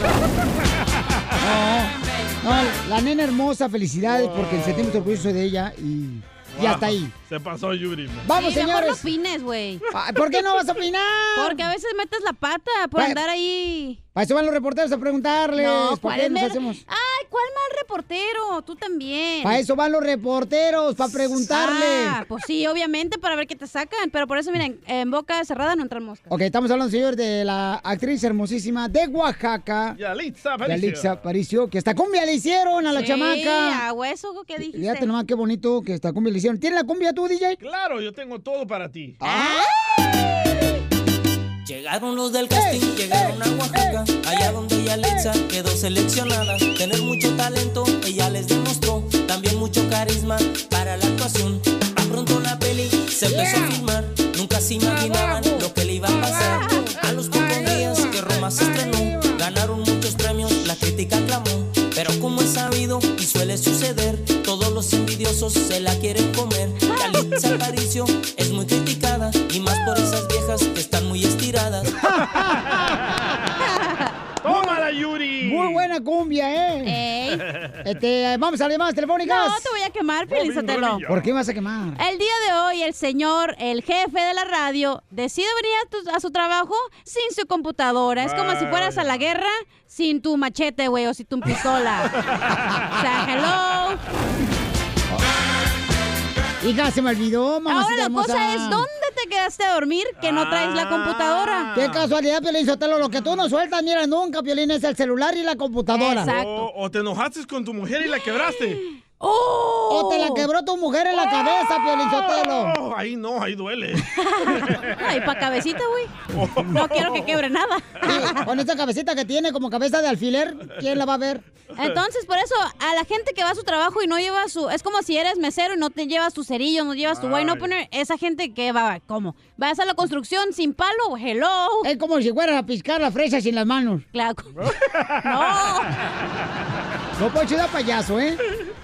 B: No, no, la nena hermosa, felicidades, porque el sentimos orgulloso de ella y, y
C: Wow,
B: hasta ahí.
C: Se pasó Yuri. man.
B: Vamos,
D: Sí, mejor no
B: señores.
D: opines, güey.
B: Ah, ¿Por qué no vas a opinar?
D: Porque a veces metes la pata por
B: Bueno.
D: andar ahí.
B: A eso van los reporteros a preguntarles.
D: No,
B: ¿Por
D: ¿cuál
B: qué
D: es
B: nos
D: mer-
B: hacemos?
D: Ay, ¿cuál mal reportero? Tú también.
B: Para eso van los reporteros, para preguntarle.
D: Ah, pues sí, obviamente, para ver qué te sacan. Pero por eso, miren, en boca cerrada no entran moscas.
B: Ok, estamos hablando, señor, de la actriz hermosísima de Oaxaca.
C: Yalitza Aparicio.
B: Yalitza Aparicio, que hasta cumbia le hicieron a la
D: Sí,
B: chamaca.
D: a hueso, ¿qué dijiste?
B: Fíjate nomás qué bonito que hasta cumbia le hicieron. ¿Tienes la cumbia tú, DJ?
C: Claro, yo tengo todo para ti.
B: Ah,
S: Llegaron los del casting, llegaron a Oaxaca, allá donde Yalitza quedó seleccionada. Tener mucho talento, ella les demostró, también mucho carisma para la actuación. Tan pronto la peli se empezó a filmar, nunca se imaginaban lo que le iba a pasar. A los pocos días que Roma se estrenó, ganaron muchos premios, la crítica aclamó. Pero como es sabido y suele suceder, todos los envidiosos se la quieren comer. Yalitza Aparicio es muy criticada y más por esas viejas que están muy estiradas.
C: ¡Tómala, Yuri!
B: Muy buena cumbia, ¿eh? Este, vamos a más telefónicas.
D: No, te voy a quemar, Piolín Sotelo.
B: ¿Por qué me vas a quemar?
D: El día de hoy, el señor, el jefe de la radio, decide venir a, tu- a su trabajo sin su computadora. Es como si fueras a la guerra sin tu machete, güey, o sin tu pistola. o sea,
B: Hija, se me olvidó,
D: hello.
B: mamacita
D: Ahora la
B: hermosa.
D: cosa es, ¿dónde te quedaste a dormir que no traes
B: Ah.
D: la computadora?
B: Qué casualidad, Piolín Sotelo. Lo que tú no sueltas, mira, nunca, Piolín, es el celular y la computadora.
C: O, o te enojaste con tu mujer y la quebraste.
B: O te la quebró tu mujer en la cabeza, Piolín Sotelo.
C: Oh, ahí no, ahí duele.
D: Ay, pa' cabecita, güey. No quiero que quebre nada.
B: Sí, con esta cabecita que tiene como cabeza de alfiler, ¿quién la va a ver?
D: Entonces, por eso, a la gente que va a su trabajo y no lleva su... Es como si eres mesero y no te llevas tu cerillo, no llevas tu wine
B: Ay.
D: opener. Esa gente que va... ¿Cómo? ¿Vas a la construcción sin palo? Hello.
B: Es como si fueras a piscar la fresa sin las manos.
D: Claro.
B: No puedo da payaso, ¿eh?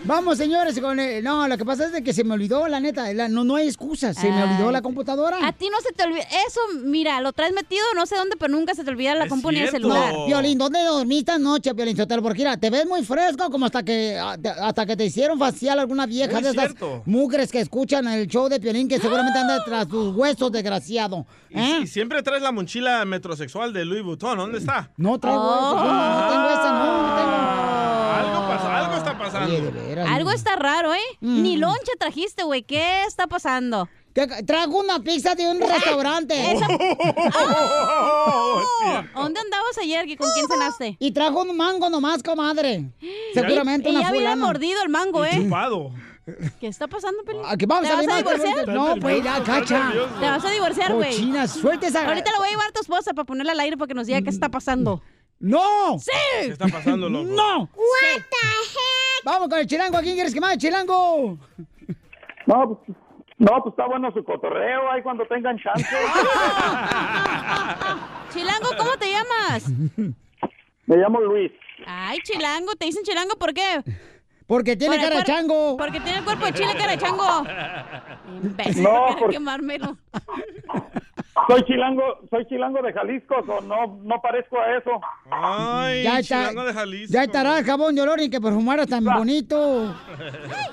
B: Vamos, señores, con el- No, lo que pasa es de que se me olvidó, la neta. la- No, no hay excusa. Se me olvidó
D: Ay.
B: la computadora.
D: Ah, A ti no se te olvida... Eso, mira, lo traes metido no sé dónde, pero nunca se te olvida la compu ni el celular.
B: No, Violín, ¿dónde dormiste anoche, Violín Sotelo? Porque mira, te ves muy fresco, como hasta que a- te- hasta que te hicieron facial alguna vieja
D: Muy
B: de esas
C: cierto.
B: mugres que escuchan el show de Piolín, que seguramente anda tras tus huesos, desgraciado.
C: Y, y siempre traes la mochila metrosexual de Louis Vuitton. ¿Dónde está? Ah.
B: No traigo eso, yo no, no tengo esa, no, no tengo.
C: Algo pasa, algo está pasando.
B: Oye, de veras.
D: Algo está raro, ¿eh?
B: Mm.
D: Ni loncha trajiste, güey. ¿Qué está pasando?
B: Trago una pizza de un restaurante.
D: Esa-
B: Oh,
D: ¡Ah! ¿Dónde andabas ayer? ¿Con quién cenaste?
B: Y trajo un mango nomás, comadre. Seguramente
D: y,
B: una
D: y ya había
B: fulana.
D: mordido el mango, ¿eh?
C: Chupado.
D: ¿Qué está pasando, Pelín?
B: ¿A qué Ah, vamos
D: ¿Te
B: a
D: vas a
B: rimar?
D: divorciar?
B: No, pues ya, cacha.
D: Te vas a divorciar, güey.
B: Cochina, suelta esa-
D: Ahorita la voy a llevar a tu esposa para ponerla al aire para que nos diga qué está pasando.
B: ¡No!
D: ¡Sí!
C: ¿Qué está pasando, loco?
B: ¡No! Sí. Vamos con el chilango. ¿A quién quieres quemar, chilango?
Q: No, pues, no, pues está bueno su cotorreo ahí cuando tengan chance.
D: Chilango, ¿cómo te llamas?
Q: Me llamo Luis.
D: Ay, Chilango, te dicen Chilango, ¿por qué?
B: Porque tiene
D: Por el
B: cara de
D: cuerpo-
B: chango.
D: Porque tiene el cuerpo de chile, cara de chango. Imbécil,
Q: No,
D: no, quiero
Q: porque-
D: quemármelo.
Q: Soy chilango, soy chilango de Jalisco, so no, no parezco a eso.
C: Ay,
B: Ya está-
C: chilango de Jalisco.
B: Ya estará el jabón de olor y que perfumaras tan bonito.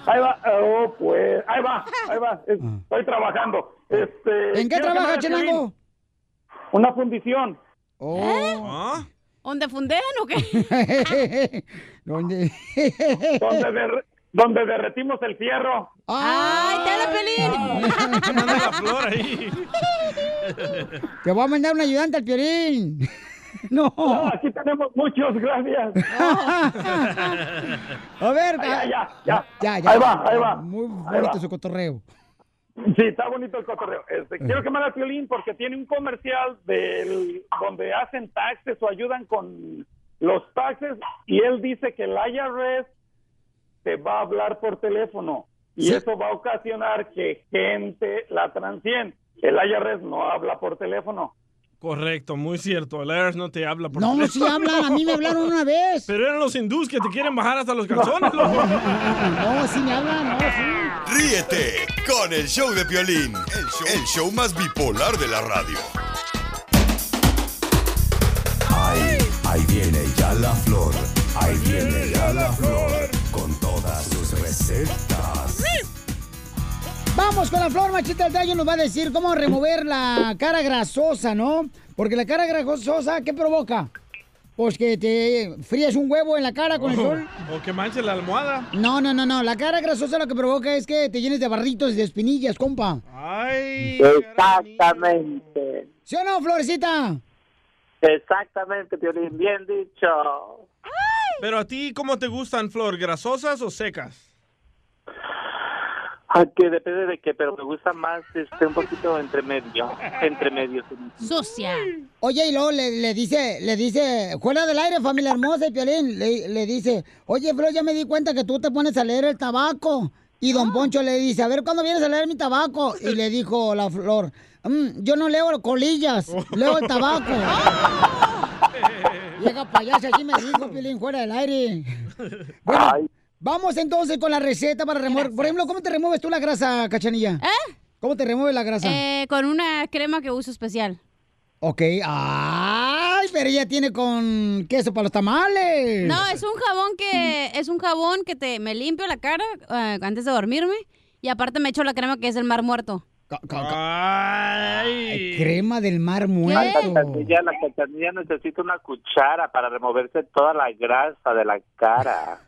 Q: Ahí va, oh, pues, ahí va, ahí va, es- estoy trabajando. Este,
B: Ah. ¿En qué
Q: quiero que
B: trabaja,
Q: me hagas
B: Chenango?
Q: Una fundición.
B: Oh.
D: ¿Eh? ¿Dónde fundean o qué?
B: ¿Dónde?
Q: Donde, derre- donde derretimos el fierro.
B: ¡Ay,
D: te la pelín!
C: Manda la flor ahí.
B: Te voy a mandar un ayudante al Piorín. No.
Q: aquí tenemos muchos, gracias.
B: A ver,
Q: Ya, ya,
B: ya, ya,
Q: Ah,
B: Ah,
Q: Ahí va, ahí va.
B: Muy
Q: Ahí
B: bonito
Q: va.
B: su cotorreo.
Q: Sí, está bonito el cotorreo. Este, quiero que me haga violín porque tiene un comercial del, donde hacen taxes o ayudan con los taxes y él dice que el IRS te va a hablar por teléfono y
L: Sí.
Q: eso va a ocasionar que gente la transien. El IRS no habla por teléfono.
C: Correcto, muy cierto. El IRS no te habla por
B: No,
C: teléfono.
B: sí hablan, a mí me hablaron una vez.
C: Pero eran los hindús que te quieren bajar hasta los calzones, loco.
B: No, sí me hablan, no, sí.
G: Ríete con el show de Piolín, el show, el show más bipolar de la radio.
L: Ahí, ahí viene ya la flor, ahí viene ya la flor, con todas sus recetas.
B: Vamos con la flor, machita del tallo nos va a decir cómo remover la cara grasosa, ¿no? Porque la cara grasosa, ¿qué provoca? Pues que te fríes un huevo en la cara con el sol.
C: O que manches la almohada.
B: No, no, no, no. La cara grasosa lo que provoca es que te llenes de barritos y de espinillas, compa.
C: Ay.
T: Exactamente.
B: ¿Sí o no, Florecita?
T: Exactamente, Piolín. Bien dicho.
C: Pero a ti, ¿cómo te gustan, Flor? ¿Grasosas o secas?
T: Aunque depende de qué, pero me gusta más este un poquito entre medio. Entre medio.
D: Sucia.
B: Oye, y luego le, le dice, le dice, fuera del aire, familia hermosa, y Piolín, le, le dice, oye, Flor, ya me di cuenta que tú te pones a leer el tabaco. Y don Poncho le dice, a ver, ¿cuándo vienes a leer mi tabaco? Y le dijo la Flor, "Mm, yo no leo colillas, leo el tabaco. Llega payaso, así me dijo, Piolín, fuera del aire. Bueno, vamos entonces con la receta para remover. Por ejemplo, ¿cómo te remueves tú la grasa, cachanilla? ¿Cómo te remueves la grasa?
D: Eh, con una crema que uso especial.
B: Ok, ay, pero ella tiene con queso para los tamales.
D: No, es un jabón que es un jabón que te me limpio la cara eh, antes de dormirme y aparte me echo la crema que es el mar muerto.
C: Ay.
B: Crema del mar
T: La
B: muerto.
T: cachanilla, la cachanilla necesita una cuchara para removerse toda la grasa de la cara.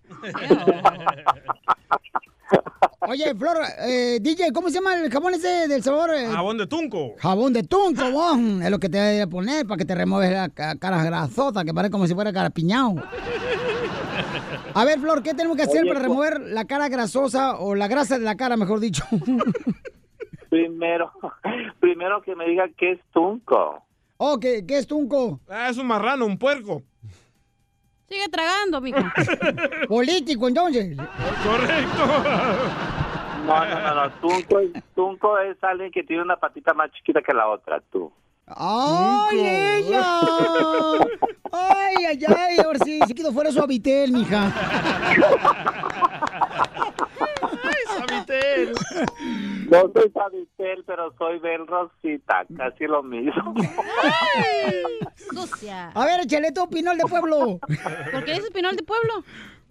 B: Oye, Flor, eh, DJ, ¿cómo se llama el jabón ese del sabor? eh?
C: Jabón de tunco.
B: Jabón de tunco, vos. Es lo que te voy a poner para que te remueves la ca- cara grasota, que parece como si fuera carapiñao. A ver, Flor, ¿qué tenemos que hacer
T: Oye,
B: para
T: Ju-
B: remover la cara grasosa o la grasa de la cara, mejor dicho?
T: Primero, primero que me diga qué es tunco.
B: oh, ¿qué, qué es tunco?
C: Ah, es un marrano, un puerco.
D: Sigue tragando, mija.
B: Político, entonces.
C: Correcto.
T: No, no, no, no. Tunco es, tunco es alguien que tiene una patita más chiquita que la otra, tú.
B: ¡Ay, ella! ¡Ay, ay, ay! Ahora sí, si quito fuera su habitel, mija.
C: Sabitel.
T: No soy Sabitel, pero soy Bel Rosita, casi lo mismo.
D: Sucia.
B: A ver, échale tu pinol de pueblo.
D: ¿Por qué dices pinol de pueblo?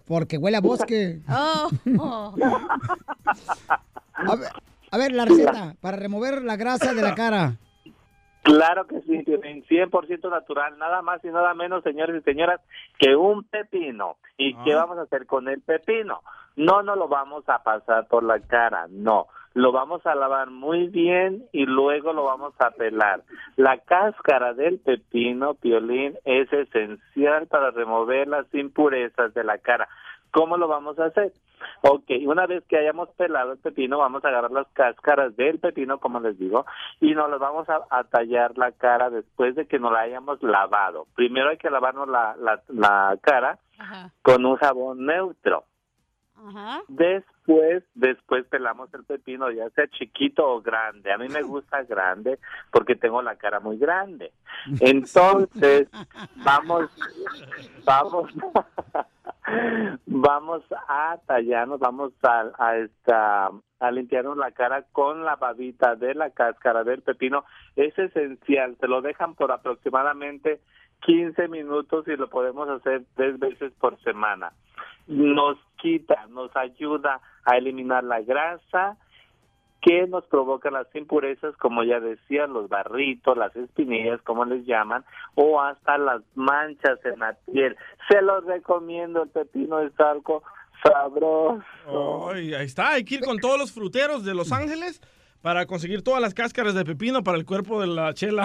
B: Porque huele a bosque.
D: Oh, oh.
B: A ver, a ver, la receta para remover la grasa de la cara.
T: Claro que sí, Piolín, 100% natural, nada más y nada menos, señores y señoras, que un pepino. ¿Y qué vamos a hacer con el pepino? No, no lo vamos a pasar por la cara, no. Lo vamos a lavar muy bien y luego lo vamos a pelar. La cáscara del pepino, Piolín, es esencial para remover las impurezas de la cara. ¿Cómo lo vamos a hacer? Ok, una vez que hayamos pelado el pepino, vamos a agarrar las cáscaras del pepino, como les digo, y nos las vamos a, a tallar la cara después de que nos la hayamos lavado. Primero hay que lavarnos la, la, la cara
D: Ajá.
T: con un jabón neutro.
D: Ajá.
T: Después, después pelamos el pepino, ya sea chiquito o grande. A mí me gusta grande porque tengo la cara muy grande. Entonces, vamos, vamos, Vamos a tallarnos, vamos a, a, esta, a limpiarnos la cara con la babita de la cáscara del pepino. Es esencial, te lo dejan por aproximadamente 15 minutos y lo podemos hacer tres veces por semana. Nos quita, nos ayuda a eliminar la grasa que nos provoca las impurezas, como ya decía, los barritos, las espinillas, como les llaman, o hasta las manchas en la piel. Se los recomiendo, el pepino es algo sabroso.
C: Ay, ahí está, hay que ir con todos los fruteros de Los Ángeles para conseguir todas las cáscaras de pepino para el cuerpo de la chela.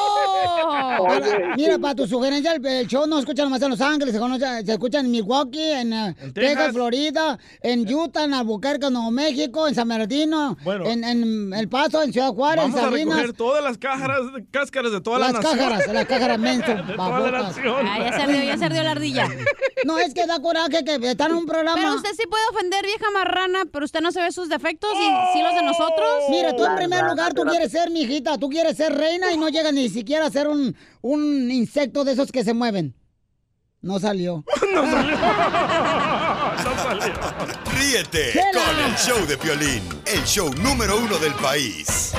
B: ¡Oh!
C: Oye.
B: Mira, para tu sugerencia, el, el show no escucha nomás en Los Ángeles, se, conoce- se escucha en Milwaukee, en, eh, Texas,
C: Texas. Eh.
B: Florida, en Utah, en Albuquerque, Nuevo México, en San Bernardino, en, en El Paso, en Ciudad Juárez, en
C: Vamos a
B: Salinas.
C: recoger todas las cajaras, cáscaras de todas las
B: Las
C: naciones.
B: cájaras, las cájaras, menso,
C: De toda la
B: babotas.
C: nación.
D: Ah, ya se ardió, ya se ardió la ardilla.
B: No, es que da coraje que están en un programa.
D: Pero usted sí puede ofender, vieja marrana, pero usted no se ve sus defectos y sí los de nosotros.
B: Mira, Oh. tú en primer lugar, tú quieres ser, mijita, tú quieres ser reina y no llegas ni siquiera a ser un, un insecto de esos que se mueven. No salió.
C: no salió. no salió.
G: Ríete
B: ¡Chela!
G: con el show de Piolín, el show número uno del país.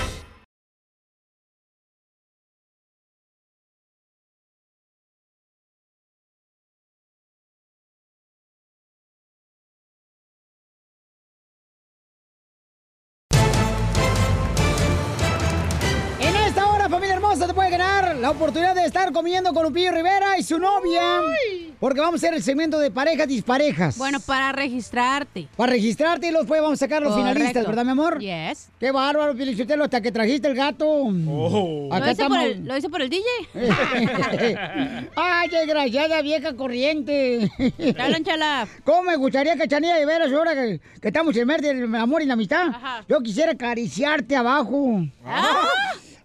B: En esta hora, familia hermosa, te puede ganar la oportunidad de estar comiendo con Lupillo Rivera y su novia. Porque vamos a hacer el segmento de parejas disparejas.
D: Bueno, para registrarte.
B: Para registrarte y los pues vamos a sacar los
D: Correcto.
B: finalistas, ¿verdad, mi amor?
D: Yes.
B: Qué bárbaro, Pilichotelo, hasta que trajiste el gato.
D: Oh. Lo hice, por el, lo hice por el DJ. Eh.
B: Ay, desgraciada vieja corriente.
D: Chala, chala.
B: ¿Cómo me gustaría que Chanilla de veras ahora que, que estamos en el del amor y la amistad?
D: Ajá.
B: Yo quisiera acariciarte abajo.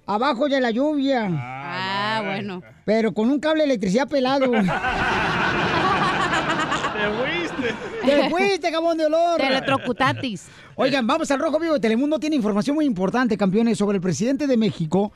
B: Abajo de la lluvia.
D: Ah, bueno.
B: Pero con un cable de electricidad pelado.
C: Te fuiste.
B: Te fuiste, cabón de olor.
D: Te electrocutatis.
B: Oigan, vamos al Rojo Vivo de Telemundo. Tiene información muy importante, campeones, sobre el presidente de México.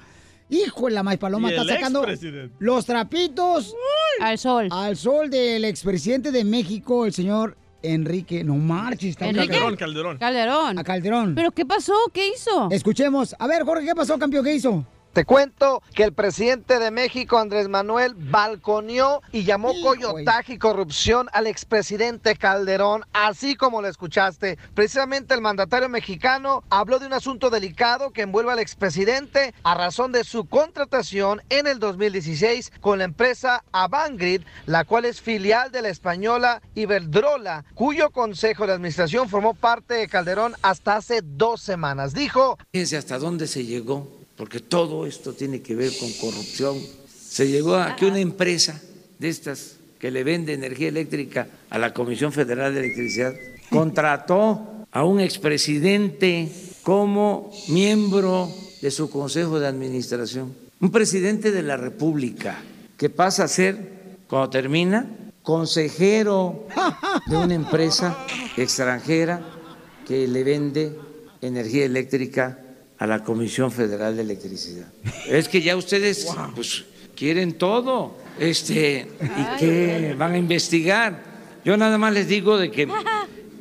B: Hijo de la maíz paloma,
L: Y
B: está
L: el
B: sacando
L: expresidente.
B: los trapitos
D: al sol.
B: Al sol del expresidente de México, el señor Enrique. No marches, está
D: ¿Enrique?
B: cabrón.
C: Calderón.
D: Calderón.
B: A Calderón.
D: ¿Pero qué pasó? ¿Qué hizo?
B: Escuchemos. A ver, Jorge, ¿qué pasó, campeón? ¿Qué hizo?
E: Te cuento que el presidente de México, Andrés Manuel, balconeó y llamó coyotaje y corrupción al expresidente Calderón, así como lo escuchaste. Precisamente el mandatario mexicano habló de un asunto delicado que envuelve al expresidente a razón de su contratación en el 2016 con la empresa Avangrid, la cual es filial de la española Iberdrola, cuyo consejo de administración formó parte de Calderón hasta hace dos semanas. Dijo
F: Fíjense hasta dónde se llegó, porque todo esto tiene que ver con corrupción. Se llegó a que una empresa de estas que le vende energía eléctrica a la Comisión Federal de Electricidad contrató a un expresidente como miembro de su consejo de administración. Un presidente de la República que pasa a ser, cuando termina, consejero de una empresa extranjera que le vende energía eléctrica a la Comisión Federal de Electricidad. Es que ya ustedes pues, quieren todo, este, y que van a investigar. Yo nada más les digo de que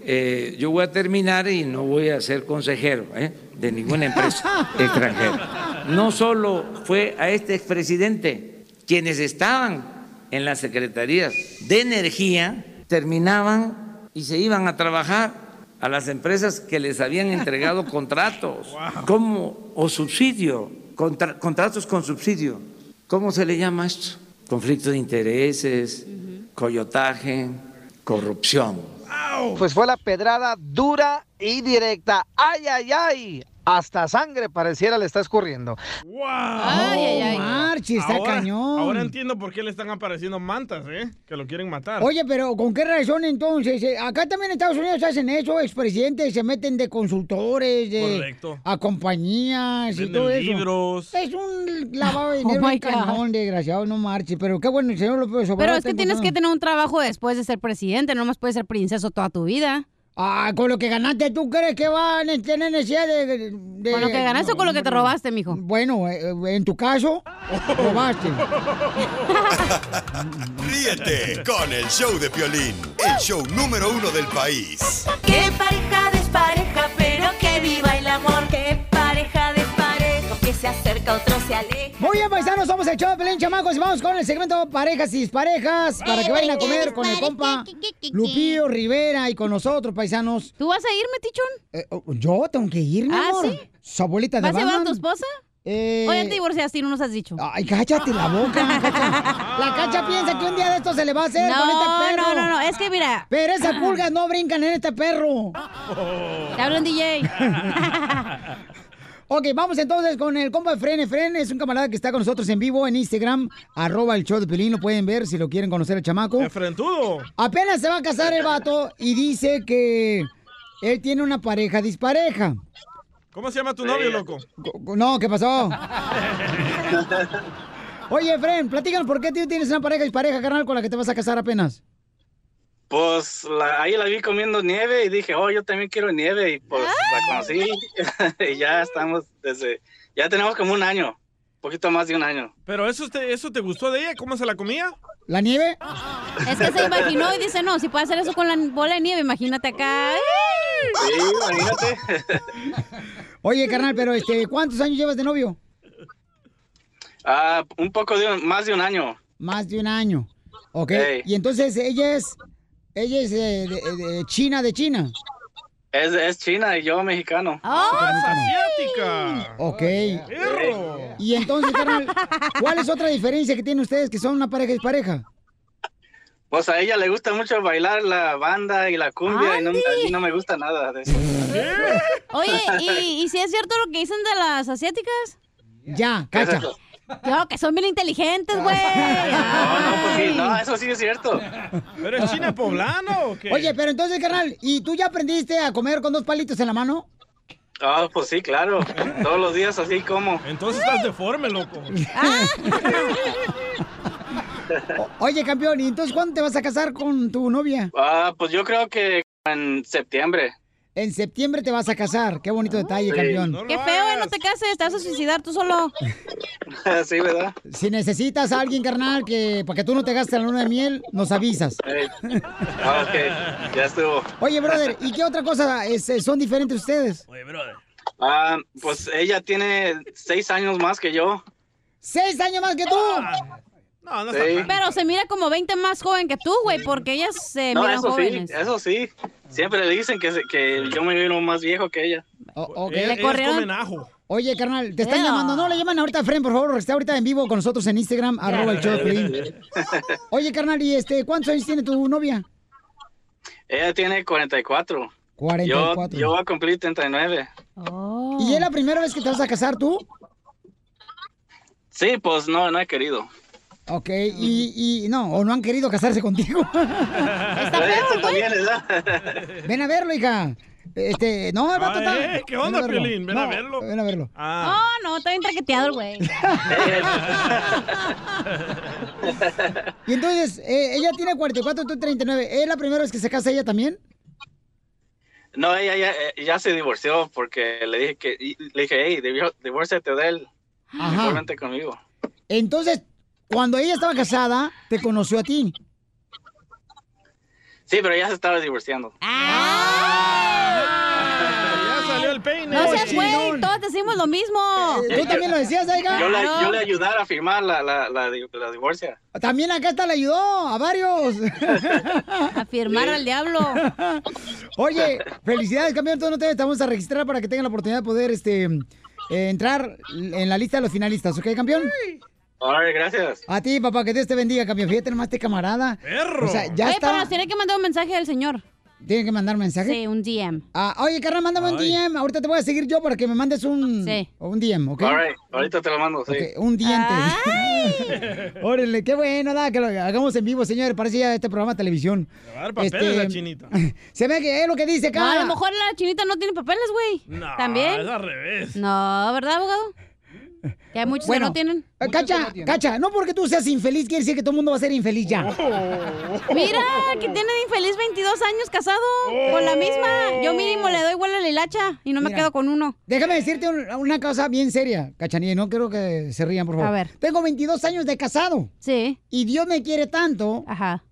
F: eh, yo voy a terminar y no voy a ser consejero ¿eh? de ninguna empresa extranjera. No solo fue a este expresidente, quienes estaban en las secretarías de energía terminaban y se iban a trabajar a las empresas que les habían entregado contratos como o subsidio, contra- contratos con subsidio. ¿Cómo se le llama esto? Conflicto de intereses, coyotaje, corrupción.
E: Pues fue la pedrada dura y directa. ¡Ay, ay, ay! Hasta sangre pareciera le está escurriendo.
C: Ay,
B: ay, ay. Marchi, está
C: Ahora-
B: cañón.
C: Ahora entiendo por qué le están apareciendo mantas, ¿eh? Que lo quieren matar.
B: Oye, pero ¿con qué razón entonces? Eh, Acá también en Estados Unidos hacen eso, expresidentes se meten de consultores, de
C: Correcto.
B: a compañías y
C: Venden
B: Pues todo eso.
C: libros.
B: Es un lavado de dinero
D: Oh,
B: bien
D: my
B: cañón, desgraciado, no marche. Pero qué bueno, el señor López Obrador
D: Pero es
B: está
D: que tienes que
B: encontrando-
D: tener un trabajo después de ser presidente, no más puedes ser princeso toda tu vida.
B: Ah, con lo que ganaste, ¿tú crees que van a tener necesidad de, de-
D: ¿Con lo que ganaste o con lo que te robaste, mijo?
B: Bueno, eh, en tu caso, robaste.
G: Ríete con el show de Piolín, el show número uno del país.
L: Qué pareja despareja, pero que viva el amor. Qué pareja despareja, que se acerca, otro se aleja.
B: Muy bien, paisanos, somos el show de Pelín, chamacos, y vamos con el segmento Parejas y Disparejas para que vayan a comer con el compa Lupillo Rivera y con nosotros, paisanos. Eh, oh,
D: ¿Tú vas a ir, Metichón?
B: Yo tengo que ir, mi
D: Ah,
B: amor.
D: ¿sí?
B: Su abuelita de
D: ¿Vas a llevar a
B: Batman.
D: tu esposa?
B: Eh,
D: O ya te divorciaste y no nos has dicho. Ah.
B: Ay, cállate la boca. Cacha. La cacha piensa que un día de esto se le va a hacer
D: No,
B: con este perro.
D: no, no, no, es que mira.
B: Pero esas pulgas no brincan en este perro.
D: Te hablan DJ.
B: Ok, vamos entonces con el compa de Fren. Efren es un camarada que está con nosotros en vivo en Instagram, arroba el show de Pelín, lo pueden ver si lo quieren conocer al chamaco.
C: Enfrentudo.
B: Apenas se va a casar el vato y dice que él tiene una pareja dispareja.
C: ¿Cómo se llama tu novio, loco?
B: No, ¿qué pasó? Oye, Fren, platícanos por qué tú tienes una pareja dispareja, carnal, con la que te vas a casar apenas.
U: Pues la- ahí la vi comiendo nieve y dije, oh, yo también quiero nieve y pues la conocí y ya estamos desde, ya tenemos como un año, poquito más de un año.
C: ¿Pero eso te, eso te gustó de ella? ¿Cómo se la comía?
B: ¿La nieve?
D: Es que se imaginó y dice, no, si puede hacer eso con la bola de nieve, imagínate acá.
U: Sí, imagínate.
B: Oye, carnal, pero este, ¿cuántos años llevas de novio?
U: Ah, un poco de un- más de un año.
B: Más de un año. ¿Ok?
U: Ey.
B: Y entonces ella es, ella es eh, de- de China, de China.
U: Es, es china y yo mexicano.
D: "Oh".
C: asiática!
B: Ok.
U: Perro.
B: Y entonces, carnal, ¿cuál es otra diferencia que tienen ustedes que son una pareja y pareja?
U: Pues a ella le gusta mucho bailar la banda y la cumbia y no, a mí no me gusta nada de eso.
D: Oye, ¿y, ¿y si es cierto lo que dicen de las asiáticas?
B: Ya,
U: ¿Qué es cacha. eso?
D: Yo, que son bien inteligentes, güey.
U: No, pues sí, no, eso sí es cierto.
C: ¿Pero es china poblano o qué?
B: Oye, pero entonces, carnal, ¿y tú ya aprendiste a comer con dos palitos en la mano?
U: Ah, pues sí, claro. Todos los días así como.
C: Entonces estás deforme, loco.
U: Ah.
B: Oye, campeón, ¿y entonces cuándo te vas a casar con tu novia?
U: Ah, pues yo creo que en septiembre.
B: En septiembre te vas a casar. Qué bonito detalle,
U: Sí.
B: campeón.
U: No
D: Qué feo, güey, no te cases, te vas a suicidar tú solo.
U: sí, ¿verdad?
B: Si necesitas a alguien, carnal, que para que tú no te gastes la luna de miel, nos avisas.
U: Ey. Ah, ok, ya estuvo.
B: Oye, brother, ¿y qué otra cosa este, son diferentes ustedes?
U: Ah, pues ella tiene seis años más que yo.
B: ¡Seis años más que tú! Ah.
C: No,
U: no está Sí. mal.
D: Pero se mira como 20 más joven que tú, güey, porque ellas se
U: no,
D: miran
U: eso
D: jóvenes.
U: sí, eso sí. Siempre le dicen que, se- que yo me veo más viejo que ella.
B: ok.
U: Eh,
B: Ellas- ellas corrieron- comen
C: ajo.
B: Oye, carnal, te están
U: Ea.
B: llamando. No le llaman ahorita a Fren, por favor. Está ahorita en vivo con nosotros en Instagram, arroba el show de Piolín. Oye, carnal, ¿y este cuántos años tiene tu novia?
U: Ella tiene 44.
B: 44.
U: Yo, yo voy a cumplir 39.
B: ¿Y
U: Oh.
B: es la primera vez que te vas a casar tú?
U: Sí, pues no, no he querido.
B: Ok, y, y no, o no han querido casarse contigo.
U: Eso también, ¿verdad?
B: Ven a verlo, hija. Este, no, el vato
U: Ay, eh,
B: está.
U: ¿qué onda,
B: verlo.
U: Piolín? Ven a
B: No,
U: verlo. Ah.
B: Ven a verlo.
D: Oh, no, está bien traqueteado el güey.
B: Y entonces, eh, ella tiene 44, tú 39. ¿Es la primera vez que se casa ella también?
U: No, ella ya, eh, ya se divorció porque le dije que y- le dije, hey, divio- divórciate de él.
B: Ajá.
U: Mejor vente conmigo.
B: Entonces, cuando ella estaba casada, te conoció a ti.
U: Sí, pero ya se estaba divorciando.
B: Ah,
C: Ya salió el peine.
D: No seas güey, todos decimos lo mismo.
B: Eh,
U: Yo-
B: pues
U: Yo le, yo le
D: Claro.
U: ayudara a firmar la, la, la, di- la divorcia.
B: También acá está le ayudó a varios. a
D: firmar al diablo.
B: Oye, felicidades, campeón. Tú no te te vamos a registrar para que tengan la oportunidad de poder este, eh, entrar en la lista de los finalistas, ¿ok, campeón?
U: Ahora, gracias.
B: A ti, papá, que Dios te bendiga, campeón. Fíjate nomás este camarada.
U: Perro.
B: O sea, ya
D: Oye, pero
B: está.
D: nos tiene que mandar un mensaje al señor.
B: ¿Tiene que mandar mensaje?
D: Sí, un DM.
B: Ah, oye, carnal, mándame un
U: Ay.
B: DM. Ahorita te voy a seguir yo para que me mandes un, un DM, ¿ok?
U: All right, ahorita te lo mando, sí.
B: Ok, un diente.
D: Ah.
B: Órale, qué bueno, nada, que lo hagamos en vivo, señores. Parece ya este programa de televisión. Este,
C: Va a dar papeles la chinita.
B: Se ve que es lo que dice,
D: No, a
B: cara.
D: lo mejor la chinita no tiene papeles, güey.
C: No,
D: También.
C: Es al revés.
D: No, ¿verdad, abogado? Que hay muchos
B: Bueno,
D: que no tienen.
B: eh, Cacha, cacha, no porque tú seas infeliz quiere decir que todo el mundo va a ser infeliz ya.
C: Oh.
D: Mira, que tiene de infeliz 22 años casado con la misma. Yo mínimo le doy igual a la hilacha y no me
B: Oh. Mira.
D: quedo con uno.
B: Déjame decirte un- una cosa bien seria, Cachanilla, y no quiero que se rían, por favor.
D: A ver.
B: Tengo 22 años de casado.
D: Sí.
B: Y Dios me quiere tanto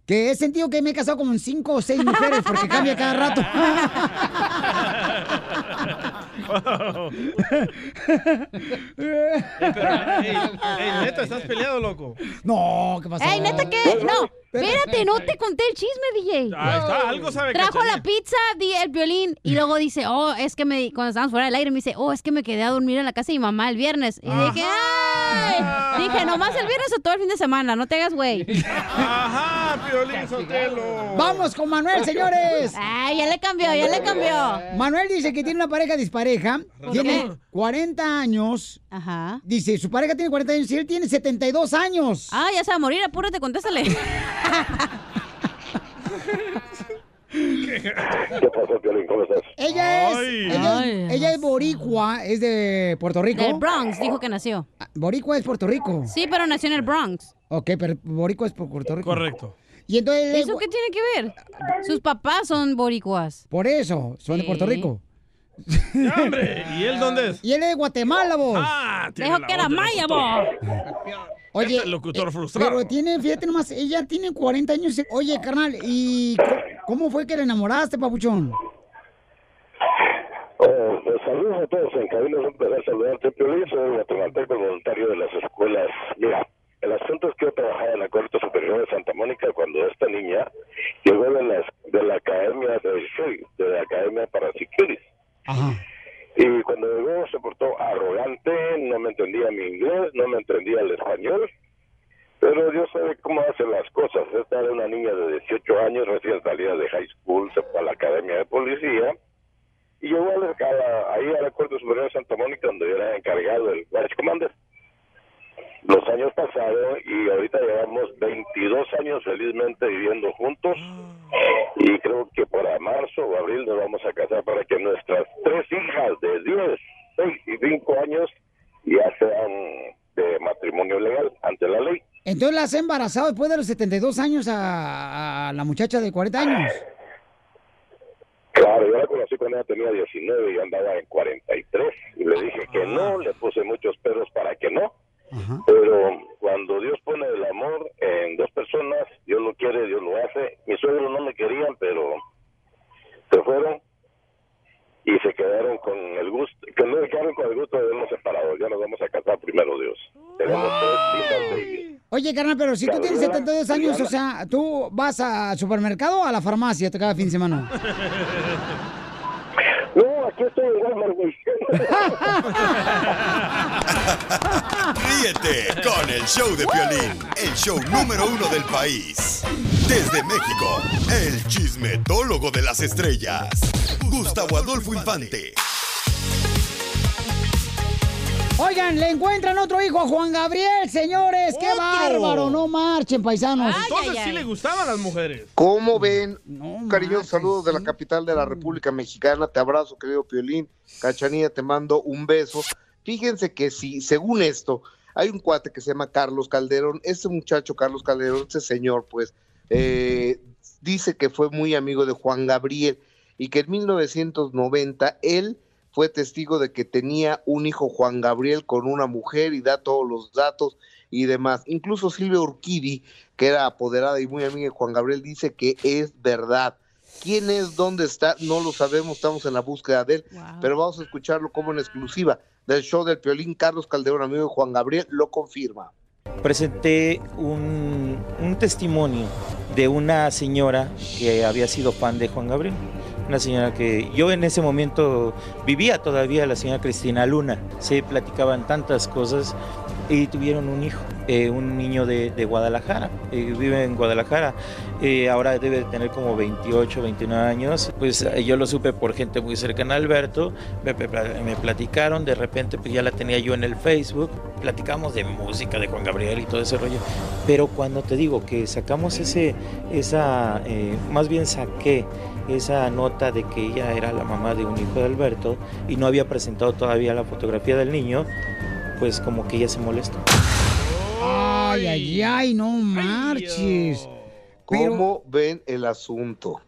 B: que he sentido que me he casado con cinco o seis mujeres porque cambia cada rato.
C: Ey, ey, neta, estás peleado, loco.
B: No, ¿qué pasó?
D: Ey, neta que. No, espérate, no te conté el chisme, DJ.
C: Ahí está, algo sabe
D: Trajo
C: Cachanilla.
D: la pizza, di el violín y luego dice, oh, es que me. Cuando estábamos fuera del aire me dice, oh, es que me quedé a dormir en la casa de mi mamá el viernes. Y dije, ay. Dije, nomás el viernes o todo el fin de semana, no te hagas güey.
C: Ajá, Piolín Sotelo.
B: Vamos con Manuel, señores.
D: Ay, ya le cambió, ya le cambió.
B: Manuel dice que tiene una pareja dispareja.
D: ¿Por
B: Tiene
D: qué?
B: 40 años.
D: Ajá.
B: Dice, su pareja tiene 40 años y él tiene 72 años.
D: Ah, ya se va a morir, apúrate, contéstale.
A: ¿Qué pasa, Piolín? ¿Cómo estás?
B: Ella es,
A: Ay.
B: ella,
A: Ay,
B: es- ella es boricua, es de Puerto Rico. Ah,
D: Del Bronx, dijo que nació.
B: Boricua es Puerto Rico.
D: Sí, pero nació en el Bronx.
B: Ok, pero boricua es por Puerto Rico.
C: Correcto.
B: Y entonces...
D: ¿Eso qué tiene que ver? Sus papás son boricuas.
B: Por eso, son de
D: Sí.
B: Puerto Rico.
C: Hombre, ¿y él dónde es?
B: Y él es de Guatemala, vos.
C: Ah, tiene
D: Dijo
C: la
D: que era
C: otra,
D: maya,
C: locutor.
B: Oye, eh,
C: Este locutor frustrado.
B: Pero tiene, fíjate nomás, ella tiene 40 años. eh, Oye, carnal, ¿y co- cómo fue que le enamoraste, papuchón?
A: Eh, pues, saludos a todos en cabina, es un placer saludarte, Piolín, soy guatemalteco voluntario de las escuelas. Mira, el asunto es que yo trabajaba en la Corte Superior de Santa Mónica cuando esta niña llegó de la, de la Academia del Sur, de la Academia para Psiquiris. Y cuando llegó se portó arrogante, no me entendía mi inglés, no me entendía el español, pero Dios sabe cómo hacen las cosas. Esta era una niña de 18 años, recién salida de high school, se fue a la Academia de Policía. Y yo voy a la- a la- ahí a la Corte Superior de Santa Mónica, donde yo era encargado del Watch Commander. Los años pasados y ahorita llevamos 22 años felizmente viviendo juntos. Y creo que para marzo o abril nos vamos a casar para que nuestras tres hijas de 10, 6 y 5 años ya sean de matrimonio legal ante la ley.
B: Entonces la has embarazado después de los 72 años a, a la muchacha de 40 años.
A: Claro, yo la conocí cuando ella tenía 19 y yo andaba en 43 y le dije que no, le puse muchos perros para que no. Pero cuando Dios pone el amor en dos personas, Dios lo quiere, Dios lo hace. Mis suegros no me querían, pero se fueron y se quedaron con el gusto, que no se quedaron con el gusto de vernos separados. Ya nos vamos a casar primero, Dios. Tenemos tres lindas babies.
B: Oye, carnal, pero si tú tienes 72 años, o sea, ¿tú vas al supermercado o a la farmacia cada fin de semana?
A: No, aquí estoy en Walmart, güey.
G: Ríete con el show de Piolín, el show número uno del país. Desde México, el chismetólogo de las estrellas, Gustavo Adolfo Infante.
B: Oigan, le encuentran otro hijo a Juan Gabriel, señores. ¡Qué
C: ¡Otro!
B: bárbaro! No marchen, paisanos.
C: Entonces sí le gustaban las mujeres.
V: ¿Cómo ven? Cariñosos saludos de la capital de la República Mexicana. Te abrazo, querido Piolín. Cachanilla, te mando un beso. Fíjense que si, según esto, hay un cuate que se llama Carlos Calderón. Este muchacho, Carlos Calderón, este señor, pues, eh, dice que fue muy amigo de Juan Gabriel y que en 1990 él fue testigo de que tenía un hijo Juan Gabriel con una mujer y da todos los datos y demás. Incluso Silvia Urquidi, que era apoderada y muy amiga de Juan Gabriel, dice que es verdad. ¿Quién es? ¿Dónde está? No lo sabemos, estamos en la búsqueda de él, pero vamos a escucharlo como en exclusiva del show del Piolín. Carlos Calderón, amigo de Juan Gabriel, lo confirma.
W: presenté un, un testimonio de una señora que había sido fan de Juan Gabriel. Una señora que yo en ese momento vivía todavía, la señora Cristina Luna. Se platicaban tantas cosas y tuvieron un hijo, eh, un niño de, de Guadalajara. eh, vive en Guadalajara. eh, ahora debe de tener como 28, 29 años. Pues eh, yo lo supe por gente muy cercana a Alberto. Me, pe- me platicaron, de repente pues ya la tenía yo en el Facebook. Platicamos de música, de Juan Gabriel y todo ese rollo. Pero cuando te digo que sacamos ese, esa, eh, más bien saqué esa nota de que ella era la mamá de un hijo de Alberto y no había presentado todavía la fotografía del niño, pues como que ella se molesta.
B: Ay, ay, ay, no marches.
H: ¿Cómo ven el asunto?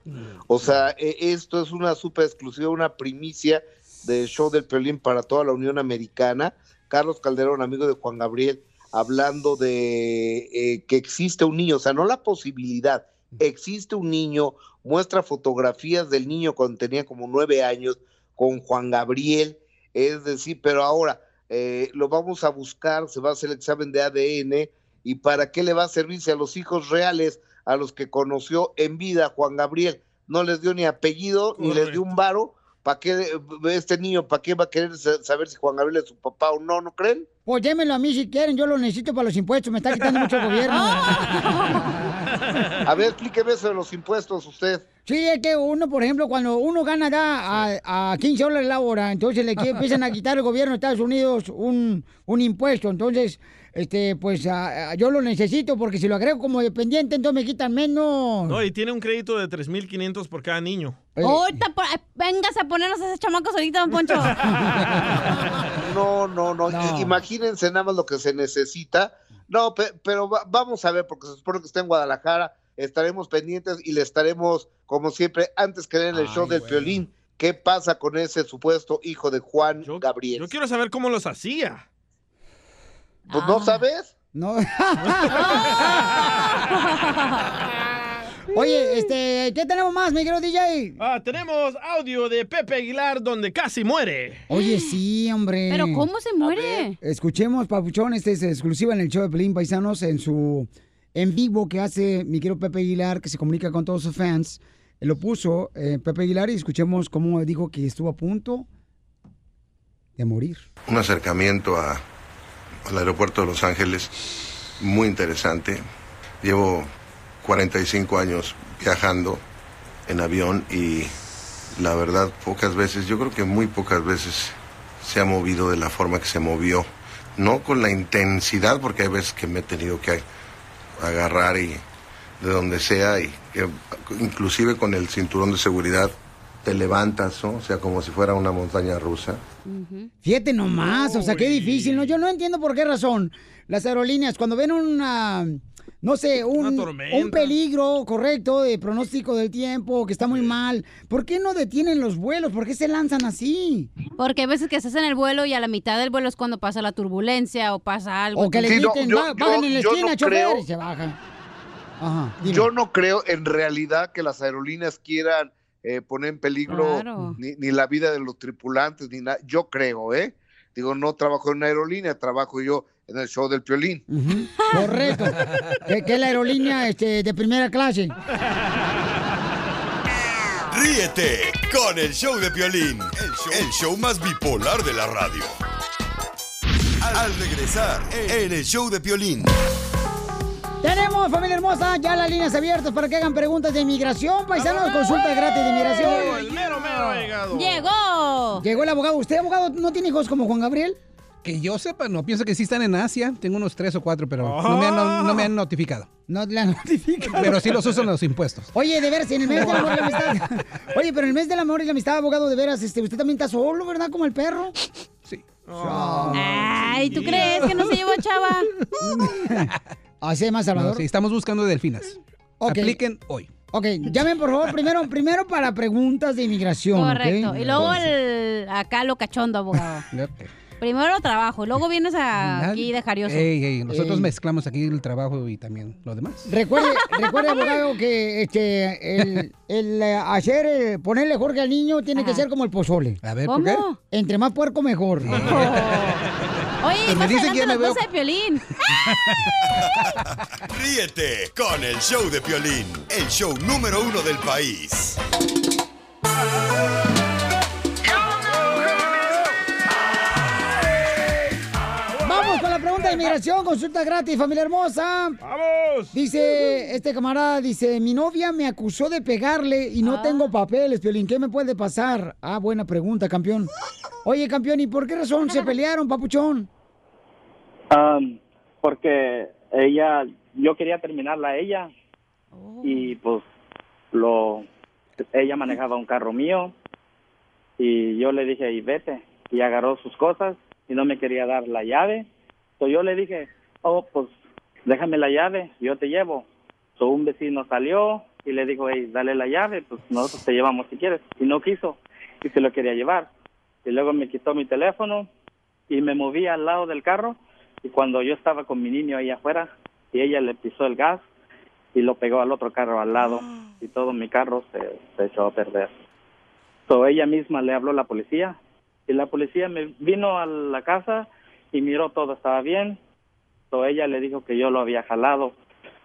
H: O sea, e- esto es una super exclusiva, una primicia del show del Piolín para toda la Unión Americana. Carlos Calderón, amigo de Juan Gabriel, hablando de eh, que existe un niño, o sea, no la posibilidad, existe un niño, muestra fotografías del niño cuando tenía como nueve años con Juan Gabriel, es decir, pero ahora eh, lo vamos a buscar, se va a hacer el examen de ADN y para qué le va a servirse a los hijos reales a los que conoció en vida Juan Gabriel. No les dio ni apellido, ni les dio un varo. ¿Para qué eh, este niño, para qué va a querer sa- saber si Juan Gabriel es su papá o no? ¿No creen?
B: Pues démelo a mí si quieren, yo lo necesito para los impuestos, me está quitando mucho el gobierno.
H: A ver, explíqueme eso de los impuestos usted.
B: Sí, es que uno, por ejemplo, cuando uno gana da a, a 15 dólares la hora, entonces le qui- empiezan a quitar el gobierno de Estados Unidos un, un impuesto. Entonces, este, pues a- a- yo lo necesito porque si lo agrego como dependiente, entonces me quitan menos.
C: No, y tiene un crédito de 3.500 por cada niño.
D: Ahorita, por- ay, vengas a ponernos a esos chamacos ahorita, don Poncho.
H: No, no, no. I- Imagínense nada más lo que se necesita. No, pe- pero va- vamos a ver, porque se supone que está en Guadalajara. Estaremos pendientes y le estaremos, como siempre, antes que en el show del violín. ¿Qué pasa con ese supuesto hijo de Juan Gabriel?
C: Yo quiero saber cómo los hacía.
H: Pues no sabes.
B: No. Oye, este, ¿qué tenemos más, mi querido DJ?
C: Ah, tenemos audio de Pepe Aguilar donde casi muere.
B: Oye, sí, hombre.
D: Pero ¿cómo se muere?
B: Escuchemos, Papuchón, este es exclusiva en el show de Pelín Paisanos, en su en vivo que hace mi querido Pepe Aguilar, que se comunica con todos sus fans. Lo puso eh, Pepe Aguilar y escuchemos cómo dijo que estuvo a punto de morir.
X: un acercamiento a- al aeropuerto de Los Ángeles muy interesante. Llevo 45 años viajando en avión y la verdad pocas veces, yo creo que muy pocas veces se ha movido de la forma que se movió. No con la intensidad, porque hay veces que me he tenido que agarrar y de donde sea, y que inclusive con el cinturón de seguridad te levantas, ¿no? o sea, como si fuera una montaña rusa.
B: Fíjate nomás, o sea, qué difícil, ¿no? Yo no entiendo por qué razón las aerolíneas, cuando ven una, no sé, un,
C: tormenta.
B: un peligro correcto de pronóstico del tiempo, que está muy mal, ¿por qué no detienen los vuelos? ¿Por qué se lanzan así?
D: Porque hay veces que estás en el vuelo y a la mitad del vuelo es cuando pasa la turbulencia o pasa algo.
B: O que le
H: Sí, no,
B: griten,
H: yo-
B: "Ba- bajen en la
H: yo no
B: esquina, chofer",
H: creo-
B: y se bajan. Ajá, dime.
H: Yo no creo en realidad que las aerolíneas quieran eh, poner en peligro
B: Claro.
H: ni, ni la vida de los tripulantes, ni nada. Yo creo, ¿eh? Digo, no trabajo en una aerolínea, trabajo yo en el show del violín.
B: Correcto. que, que la aerolínea este, de primera clase.
G: Ríete con el show de Piolín, el show, el show más bipolar de la radio. Al regresar en el show de Piolín.
B: Tenemos, familia hermosa, ya las líneas abiertas para que hagan preguntas de inmigración, paisanos, consulta gratis de
C: Oh, el
B: inmigración.
C: mero mero ha llegado.
B: Llegó. Llegó el abogado. ¿Usted, abogado, no tiene hijos como Juan Gabriel?
I: Que yo sepa, no, pienso que sí están en Asia. Tengo unos tres o cuatro, pero no, me han, no- no me han notificado.
B: No la notifican.
I: Pero sí los usan los impuestos.
B: Oye, de veras, en el mes del amor y la amistad. Oye, pero en el mes del amor y la amistad, abogado, de veras, este, usted también está solo, ¿verdad? Como el perro. Ah.
D: Ay, ¿tú crees que no se llevó a Chava?
B: Así Ah, más, Salvador.
I: No, sí, estamos buscando delfinas.
B: Ok.
I: Apliquen hoy.
B: Ok, llamen por favor primero, primero para preguntas de inmigración. ¿ok?
D: Correcto. Y luego el, acá lo cachondo, abogado.
B: Ah,
D: Primero trabajo, y luego vienes a, aquí de jarioso.
I: Ey, ey, nosotros
B: Ey.
I: mezclamos aquí el trabajo y también lo demás.
B: Recuerde, recuerde, abogado, que este, el, el, eh, hacer, eh, ponerle Jorge al niño tiene que ser como el pozole. A
I: ver, ¿por qué? Oh.
D: ¿Cómo?
B: Entre más puerco, mejor.
D: Oye, y
B: Pues me
D: más
B: dicen
D: adelante
B: que ya
D: la
B: me veo-
D: esposa de Piolín.
G: Ríete con el show de Piolín, el show número uno del país.
B: Vamos con la pregunta de inmigración, consulta gratis, familia hermosa. ¡Vamos! Dice este camarada, dice, mi novia me acusó de pegarle y
I: Ah.
B: no tengo papeles, Piolín, ¿qué me puede pasar? Ah, buena pregunta, campeón. Oye, campeón, ¿y por qué razón se pelearon, papuchón?
J: Am, Um, porque ella, yo quería terminarla a ella y pues lo, ella manejaba un carro mío y yo le dije, y vete, y agarró sus cosas y no me quería dar la llave. Entonces yo le dije, oh, pues déjame la llave, yo te llevo. So, un vecino salió y le dijo, hey, dale la llave, pues nosotros te llevamos si quieres. Y no quiso y se lo quería llevar. Y luego me quitó mi teléfono y me moví al lado del carro y cuando yo estaba con mi niño ahí afuera y ella le pisó el gas y lo pegó al otro carro al lado y todo mi carro se, se echó a perder. So, ella misma le habló a la policía y la policía me vino a la casa y miró todo estaba bien. So, ella le dijo que yo lo había jalado,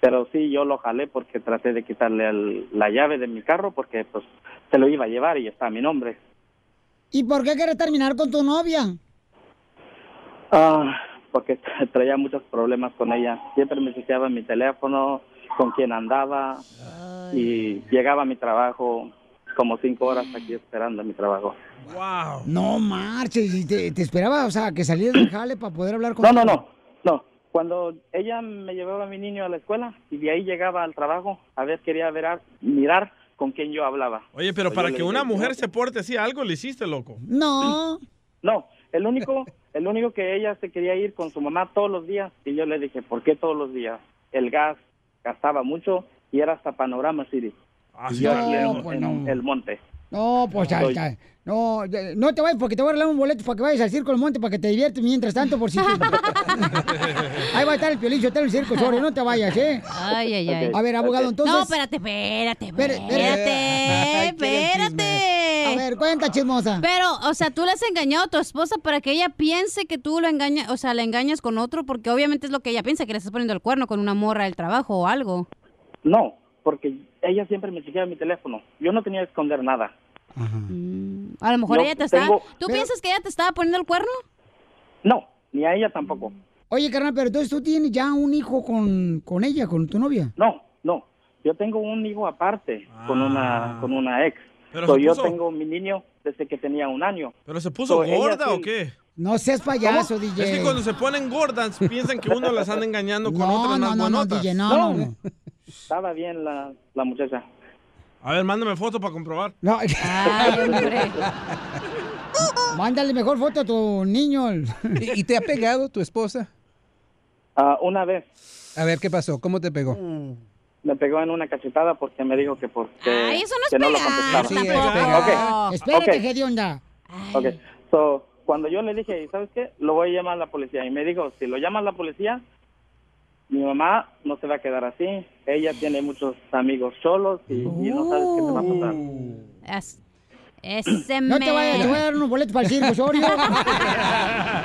J: pero sí yo lo jalé porque traté de quitarle el- la llave de mi carro porque pues se lo iba a llevar y está mi nombre.
B: ¿Y por qué quieres terminar con tu novia?
J: Ah, porque tra- traía muchos problemas con ella. Siempre me chequeaba mi teléfono, con quién andaba y llegaba a mi trabajo como cinco horas aquí esperando mi trabajo.
C: Wow.
B: No marches, y te, te esperaba, o sea, que salieras del jale para poder hablar con
J: No, no, no, no. Cuando ella me llevaba a mi niño a la escuela y de ahí llegaba al trabajo, a ver, quería ver, a- mirar con quién yo hablaba.
C: Oye, pero
J: Pues
C: para
J: yo le
C: que
J: dije,
C: una
J: "No,
C: mujer se porte así, algo le hiciste, loco.
B: No.
J: No, el único, el único que ella se quería ir con su mamá todos los días y yo le dije, ¿por qué todos los días? El gas gastaba mucho y era hasta Panorama City. Y
B: sí,
J: yo
B: vale.
J: aquí en-
B: No, pues
J: en
B: no.
J: el monte.
B: No, pues ahí
J: Soy-
B: está. No, de- no te vayas porque te voy a arreglar un boleto para que vayas al circo del monte para que te diviertes mientras tanto por si. ahí va a estar el piolín, hotel el circo, Osorio, no te vayas, ¿eh?
D: Ay, ay, ay.
B: A ver, abogado, entonces.
D: No, espérate, espérate,
B: espérate.
D: espérate, espérate.
B: A ver, cuenta, chismosa.
D: Pero, o sea, tú le has engañado a tu esposa para que ella piense que tú lo engañas, o sea, la engañas con otro, porque obviamente es lo que ella piensa, que le estás poniendo el cuerno con una morra del trabajo o algo.
J: No, porque ella siempre me chequeaba mi teléfono. Yo no tenía que esconder nada.
D: Mm, A lo mejor
J: No,
D: ella te está...
J: tengo-
D: ¿Tú
J: Pero-
D: piensas que ella te estaba poniendo el cuerno?
J: No, ni a ella tampoco.
B: Oye, carnal, pero entonces tú tienes ya un hijo con, con ella, con tu novia.
J: No, no. Yo tengo un hijo aparte con una
C: Ah.
J: con una ex.
B: Pero
J: So,
B: se
J: yo
B: puso-
J: tengo mi niño desde que tenía un año.
C: ¿Pero se ¿Puso gorda o qué?
B: No seas payaso,
C: ¿Cómo?
B: DJ.
C: Es que cuando se ponen gordas piensan que uno las anda engañando con otras más buenotas.
J: Estaba bien la, la muchacha.
C: A ver, mándame foto para comprobar.
B: No. Mándale mejor foto a tu niño.
I: ¿Y, y te ha pegado tu esposa?
J: ah, una vez.
I: A ver, ¿qué pasó? ¿Cómo te pegó?
J: Me pegó en una cachetada porque me dijo que porque
I: Ay, eso no es
J: que no lo
I: pegar,
J: contestaba.
I: Sí, es pegar.
J: Ok,
B: Espérate,
J: ok.
B: hedionda.
J: Ok, so, cuando yo le dije, ¿sabes qué? Lo voy a llamar a la policía. Y me dijo, si lo llama la policía, mi mamá no se va a quedar así. Ella tiene muchos amigos cholos y, y no sabes qué te va a pasar.
C: Oh.
D: Es- ese
B: No te
D: me-
B: vayas, te voy a dar unos boletos para el circo, Osorio.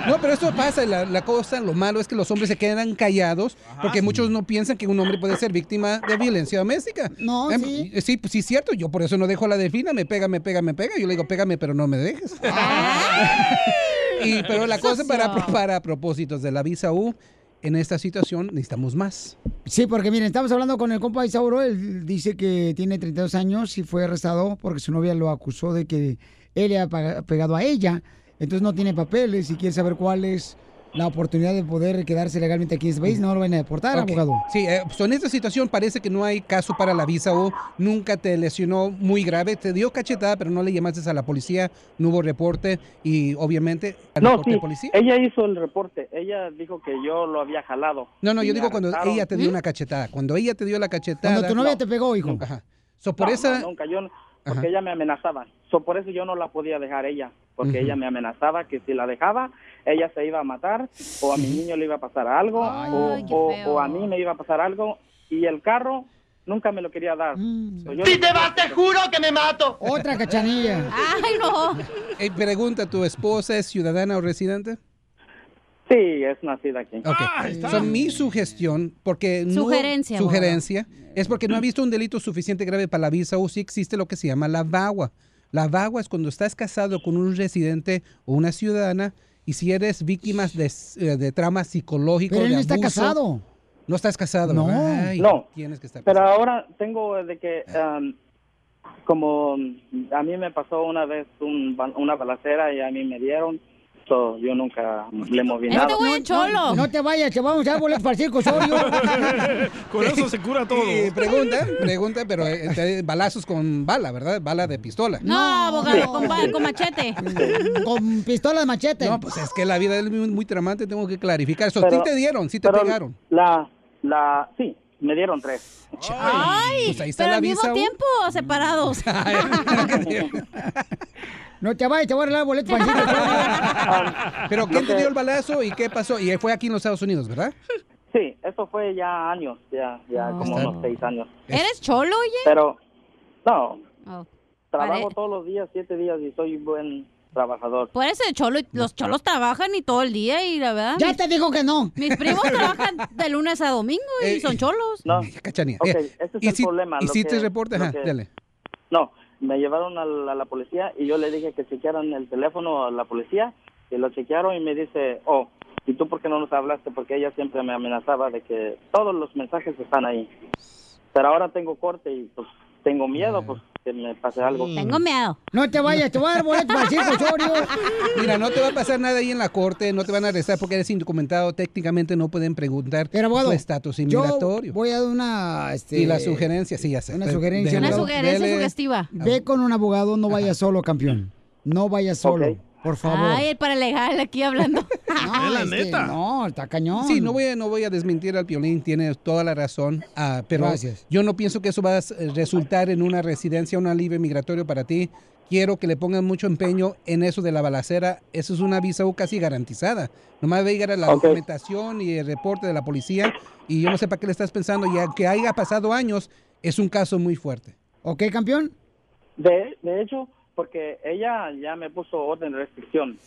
I: No, pero esto pasa, la, la cosa, lo malo es que los hombres se quedan callados porque muchos no piensan que un hombre puede ser víctima de violencia doméstica.
B: No,
I: Em,
B: sí.
I: Sí, pues sí, es cierto, yo por eso no dejo a la delfina, me pega, me pega, me pega, yo le digo, pégame, pero no me dejes. y, pero la cosa para, pro- para propósitos de la visa U, en esta situación necesitamos más.
B: Sí, porque miren, estamos hablando con el compa Isauro, él dice que tiene 32 años y fue arrestado porque su novia lo acusó de que él le ha paga- pegado a ella, entonces no tiene papeles y quiere saber cuál es la oportunidad de poder quedarse legalmente aquí en este país, no lo van a deportar,
I: Mm. Ok.
B: abogado.
I: Sí, eh, so en esta situación parece que no hay caso para la visa o nunca te lesionó muy grave, te dio cachetada, pero no le llamaste a la policía, no hubo reporte y obviamente al
J: No,
I: reporte
J: sí,
I: de policía.
J: ella hizo el reporte. Ella dijo que yo lo había jalado.
I: No, no,
J: Y
I: yo
J: me
I: digo cuando
J: arrestaron.
I: ella te dio una cachetada, cuando ella te dio la cachetada.
J: Cuando tu novia te
B: pegó, hijo.
I: Ajá. So, por
J: No,
I: esa
J: no, nunca, yo no- porque
I: Ajá.
J: ella me amenazaba. So, por eso yo no la podía dejar ella, porque
I: Ujú.
J: ella me amenazaba que si la dejaba, ella se iba a matar, o a mi niño le iba a pasar algo, o,
D: ay, qué
J: o-
D: feo.
J: o a mí me iba a pasar algo, y el carro nunca me lo quería dar.
I: Si te
J: vas, te juro que me mato.
B: Otra cachanilla.
D: Ay, no.
I: Eh, pregunta, ¿tu esposa es ciudadana o residente?
J: Sí, Ah, es nacida aquí.
I: Ok. So, mi sugestión, porque no-
D: Sugerencia, abogado.
I: sugerencia, es porque
J: Mm.
I: no ha visto un delito suficiente grave para la visa o si existe lo que se llama la vagua. La vagua es cuando estás casado con un residente o una ciudadana y si eres víctima de, eh, de trama psicológico,
B: Pero él
I: de
B: no está
I: abuso.
B: casado.
I: No estás casado.
B: No.
I: ¿verdad? Ay,
J: No.
I: Tienes que estar Eh.
J: Pero ahora tengo de que, um, como um, a mí me pasó una vez un ba- una balacera y a mí me dieron, So, yo nunca le moví
D: Este
J: nada.
B: No, no te vayas, que vamos a volar para el circo, Osorio.
I: Con eso se cura todo. Y pregunta, pregunta, pero eh, te- balazos con bala, ¿verdad? Bala de pistola.
D: No, abogado, con, ba- con machete.
B: Con pistola de machete.
I: No, pues es que la vida es muy, muy tramante, tengo que clarificar eso.
J: Pero-
I: sí te dieron, sí te
J: pero
I: pegaron.
J: La, la, sí, me dieron tres.
D: Ay,
I: Pues ahí está
D: pero
I: la
D: al mismo
I: visa, uh.
D: tiempo o separados.
B: No te vayas, te voy a arreglar boleto para el circo.
J: Ah,
I: Pero ¿quién te dio el balazo y qué pasó? Y fue aquí en los Estados Unidos, ¿verdad?
J: Sí, eso fue ya años, ya, ya como unos seis años.
D: ¿Eres cholo, oye?
J: Pero, no,
D: Oh.
J: trabajo
D: Pare-
J: todos los días, siete días y soy buen trabajador.
D: Por eso el cholo, los cholos trabajan y todo el día y la verdad. Ya
B: te digo que no.
D: Mis primos trabajan de lunes a domingo y son cholos.
J: No,
I: Cachanía.
J: Ok,
I: Eh,
J: ese es
I: y
J: el
I: si-
J: problema,
I: Y
J: lo
I: si
J: que-
I: te reportes,
J: lo
I: ajá,
J: que-
I: dale.
J: No, me llevaron a la, a la policía y yo le dije que chequearan el teléfono a la policía y lo chequearon y me dice, oh, ¿y tú por qué no nos hablaste? Porque ella siempre me amenazaba de que todos los mensajes están ahí. Pero ahora tengo corte y pues tengo miedo pues que me pase algo.
I: Mm.
D: Tengo miedo.
B: No te vayas, te voy a dar boleto para el circo, Osorio.
I: Mira, no te va a pasar nada ahí en la corte, no te van a arrestar porque eres indocumentado, técnicamente no pueden preguntar
B: abogado,
I: tu estatus
B: Yo
I: inmigratorio.
B: voy a dar una... Este,
I: Y la sugerencia, sí, ya sé.
B: Una
I: Pero
B: sugerencia.
I: dele,
B: abogado.
I: dele.
B: Ve con un abogado, no vayas solo, campeón. No vayas solo, por favor.
D: Ay, el paralegal aquí hablando.
B: No, es que no, está cañón.
I: Sí, no voy, a, no voy a desmentir al Piolín, tiene toda la razón, ah, pero
B: Gracias.
I: yo no pienso que eso va a eh, resultar en una residencia, un alivio migratorio para ti. Quiero que le pongan mucho empeño en eso de la balacera. Eso es una visa U casi garantizada. Nomás ve a llegar a la
J: Ok.
I: documentación y el reporte de la policía y yo no sé para qué le estás pensando. Ya que haya pasado años, es un caso muy fuerte.
B: ¿Ok, campeón?
J: De, de hecho, porque ella ya me puso orden de restricción.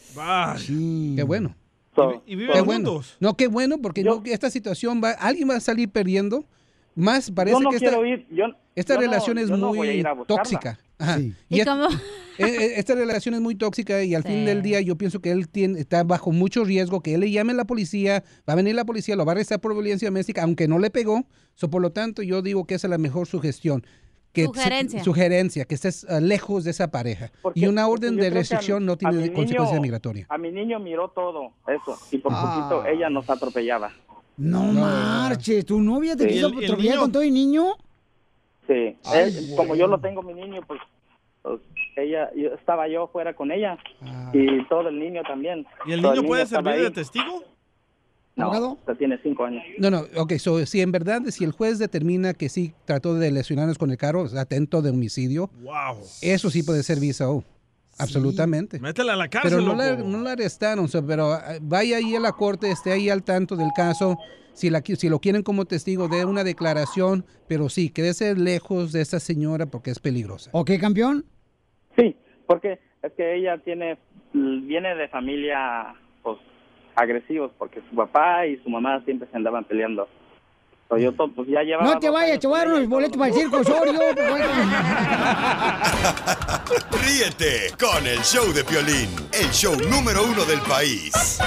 I: Qué bueno.
J: So,
I: Qué
J: so-
I: bueno. No, qué bueno, porque no, que esta situación va, alguien va a salir perdiendo. Más parece
J: Yo no
I: que esta,
J: quiero ir, yo-
I: esta
J: yo no-
I: relación es
J: yo no voy a
I: muy
J: ir a buscarla.
I: tóxica. Ajá.
D: ¿Y
I: es-
D: cómo?
I: e- e- esta relación es muy tóxica y al
D: Sí.
I: fin del día yo pienso que él tiene, está bajo mucho riesgo, que él le llame a la policía, va a venir la policía, lo va a arrestar por violencia doméstica, aunque no le pegó. So, por lo tanto, yo digo que esa es la mejor sugestión. Que su-
D: Sugerencia.
I: sugerencia, que estés ah, lejos de esa pareja.
J: Porque
I: Y una orden
J: yo
I: de
J: creo que
I: restricción
J: a-
I: no
J: a
I: tiene
J: mi niño-
I: consecuencia migratoria.
J: A mi niño miró todo eso y por
I: Ah.
J: poquito ella nos atropellaba.
B: No, marches, tu novia te
J: Sí.
B: quiso
J: El- el
B: atropellar
J: niño-
B: con todo y niño.
J: Sí,
B: Ay,
J: él-
B: güey.
J: como yo lo tengo mi niño, pues, pues, ella, yo, estaba yo fuera con ella y todo el niño también.
C: Ah. ¿Y el
J: Todo
C: niño puede
J: estaba
C: servir de
J: ahí.
C: testigo?
J: No,
C: abogado?
J: ya tiene cinco años.
I: No, no, ok, so, si en verdad, si el juez determina que sí trató de lesionarnos con el carro, o sea, atento de homicidio,
C: Wow.
B: Este.
I: eso sí puede ser visa O. Absolutamente.
C: Métela a la cárcel,
I: Pero no la,
C: loco.
I: no la arrestaron, o sea, pero ah, vaya ahí a la corte, esté ahí al tanto del caso. Si, la, qui- si lo quieren como testigo, dé una declaración, pero sí, quédese lejos de esa señora porque es peligrosa.
B: ¿Ok, campeón?
J: Sí, porque es que ella tiene, viene de familia, pues, agresivos, porque su papá y su mamá siempre se andaban peleando. So,
C: Mm.
J: yo to- pues, ya llevaba
B: No te vayas, te voy a dar unos boletos para el circo, Osorio.
G: Ríete con el show de Piolín, el show número uno del país.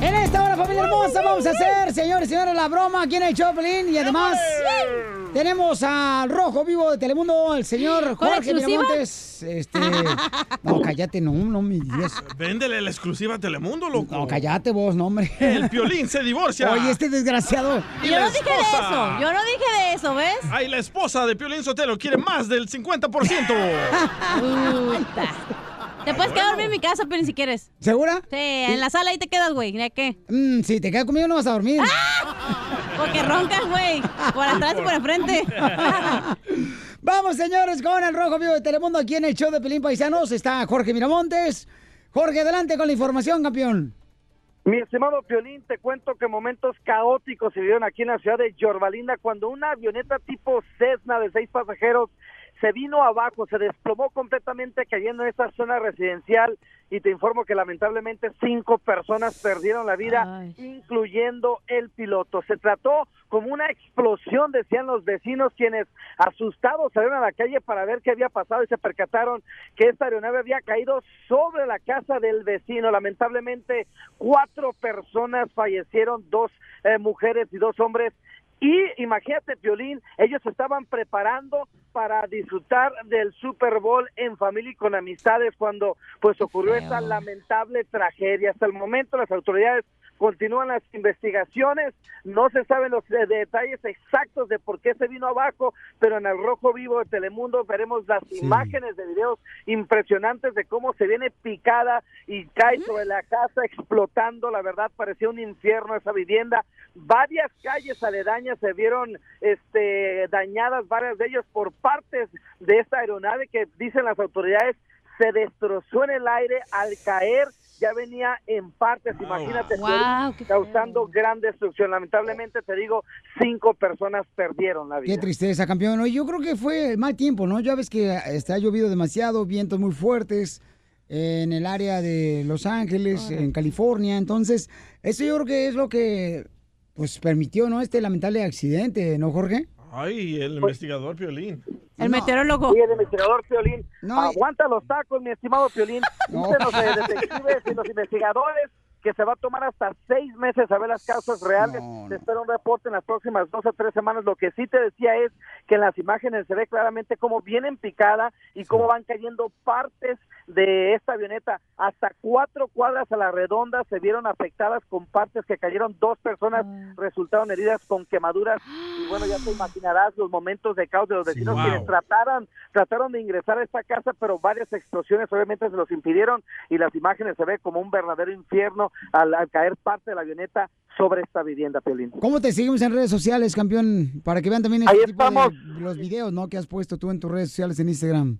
B: En esta hora, familia hermosa, vamos a hacer, señores y señores, la broma aquí en el Choplin. Y además, tenemos al Rojo Vivo de Telemundo, el señor
C: ¿Con
B: Jorge
C: exclusiva?
B: Miramontes. Este. No, cállate, no, no me digas.
C: Véndele la exclusiva a Telemundo, loco.
B: No, cállate vos, no, hombre.
C: El Piolín se divorcia.
B: Oye, este desgraciado.
D: Yo no dije de eso, yo no dije de eso, ¿ves?
C: Ay, la esposa de Piolín Sotelo quiere más del 50%.
D: Puta. Te puedes quedar a dormir en mi casa, pero si quieres.
B: ¿Segura?
D: Sí, en la sala ahí te quedas, güey. ¿De qué?
B: Mm, si te quedas conmigo no vas a dormir.
D: Porque roncas, güey. Por atrás y por enfrente.
B: Vamos, señores, con el Rojo Vivo de Telemundo aquí en el show de Pelín Paisanos. Está Jorge Miramontes. Jorge, adelante con la información, campeón.
K: Mi estimado Piolín, te cuento que momentos caóticos se vivieron aquí en la ciudad de Yorbalinda cuando una avioneta tipo Cessna de seis pasajeros se vino abajo, se desplomó completamente cayendo en esta zona residencial y te informo que lamentablemente cinco personas perdieron la vida, incluyendo el piloto. Se trató como una explosión, decían los vecinos, quienes asustados salieron a la calle para ver qué había pasado y se percataron que esta aeronave había caído sobre la casa del vecino. Lamentablemente, cuatro personas fallecieron, dos eh, mujeres y dos hombres. Y imagínate, Piolín, ellos estaban preparando para disfrutar del Super Bowl en familia y con amistades cuando pues ocurrió esta lamentable tragedia. Hasta el momento las autoridades continúan las investigaciones, no se saben los de- detalles exactos de por qué se vino abajo, pero en el rojo vivo de Telemundo veremos las imágenes de videos impresionantes de cómo se viene picada y cae sobre la casa explotando, la verdad parecía un infierno esa vivienda. Varias calles aledañas se vieron este dañadas, varias de ellas por partes de esta aeronave que dicen las autoridades se destrozó en el aire al caer ya venía en partes, imagínate,
D: Wow,
K: causando gran destrucción. Lamentablemente, te digo, cinco personas perdieron la vida.
B: Qué tristeza, campeón. Oye, Yo creo que fue el mal tiempo, ¿no? Ya ves que este, ha llovido demasiado, vientos muy fuertes eh, en el área de Los Ángeles, en California. Entonces, eso yo creo que es lo que pues permitió, ¿no? Este lamentable accidente, ¿no, Jorge?
C: Ay, el investigador Piolín.
D: El meteorólogo.
K: Sí, el investigador Piolín. Aguanta los tacos, mi estimado Piolín. Dicen los eh, detectives y los investigadores que se va a tomar hasta seis meses a ver las causas reales. Se espera un reporte en las próximas dos o tres semanas. Lo que sí te decía es que en las imágenes se ve claramente cómo vienen picada y cómo van cayendo partes de esta avioneta. Hasta cuatro cuadras a la redonda se vieron afectadas con partes que cayeron. Dos personas resultaron heridas con quemaduras. Y bueno, ya te imaginarás los momentos de caos de los vecinos
M: wow.
K: quienes trataron, trataron de ingresar a esta casa, pero varias explosiones obviamente se los impidieron y las imágenes se ve como un verdadero infierno al, al caer parte de la avioneta sobre esta vivienda, Piolín.
B: ¿Cómo te seguimos en redes sociales, campeón? Para que vean también este tipo de- los videos, ¿no? Que has puesto tú en tus redes sociales en Instagram.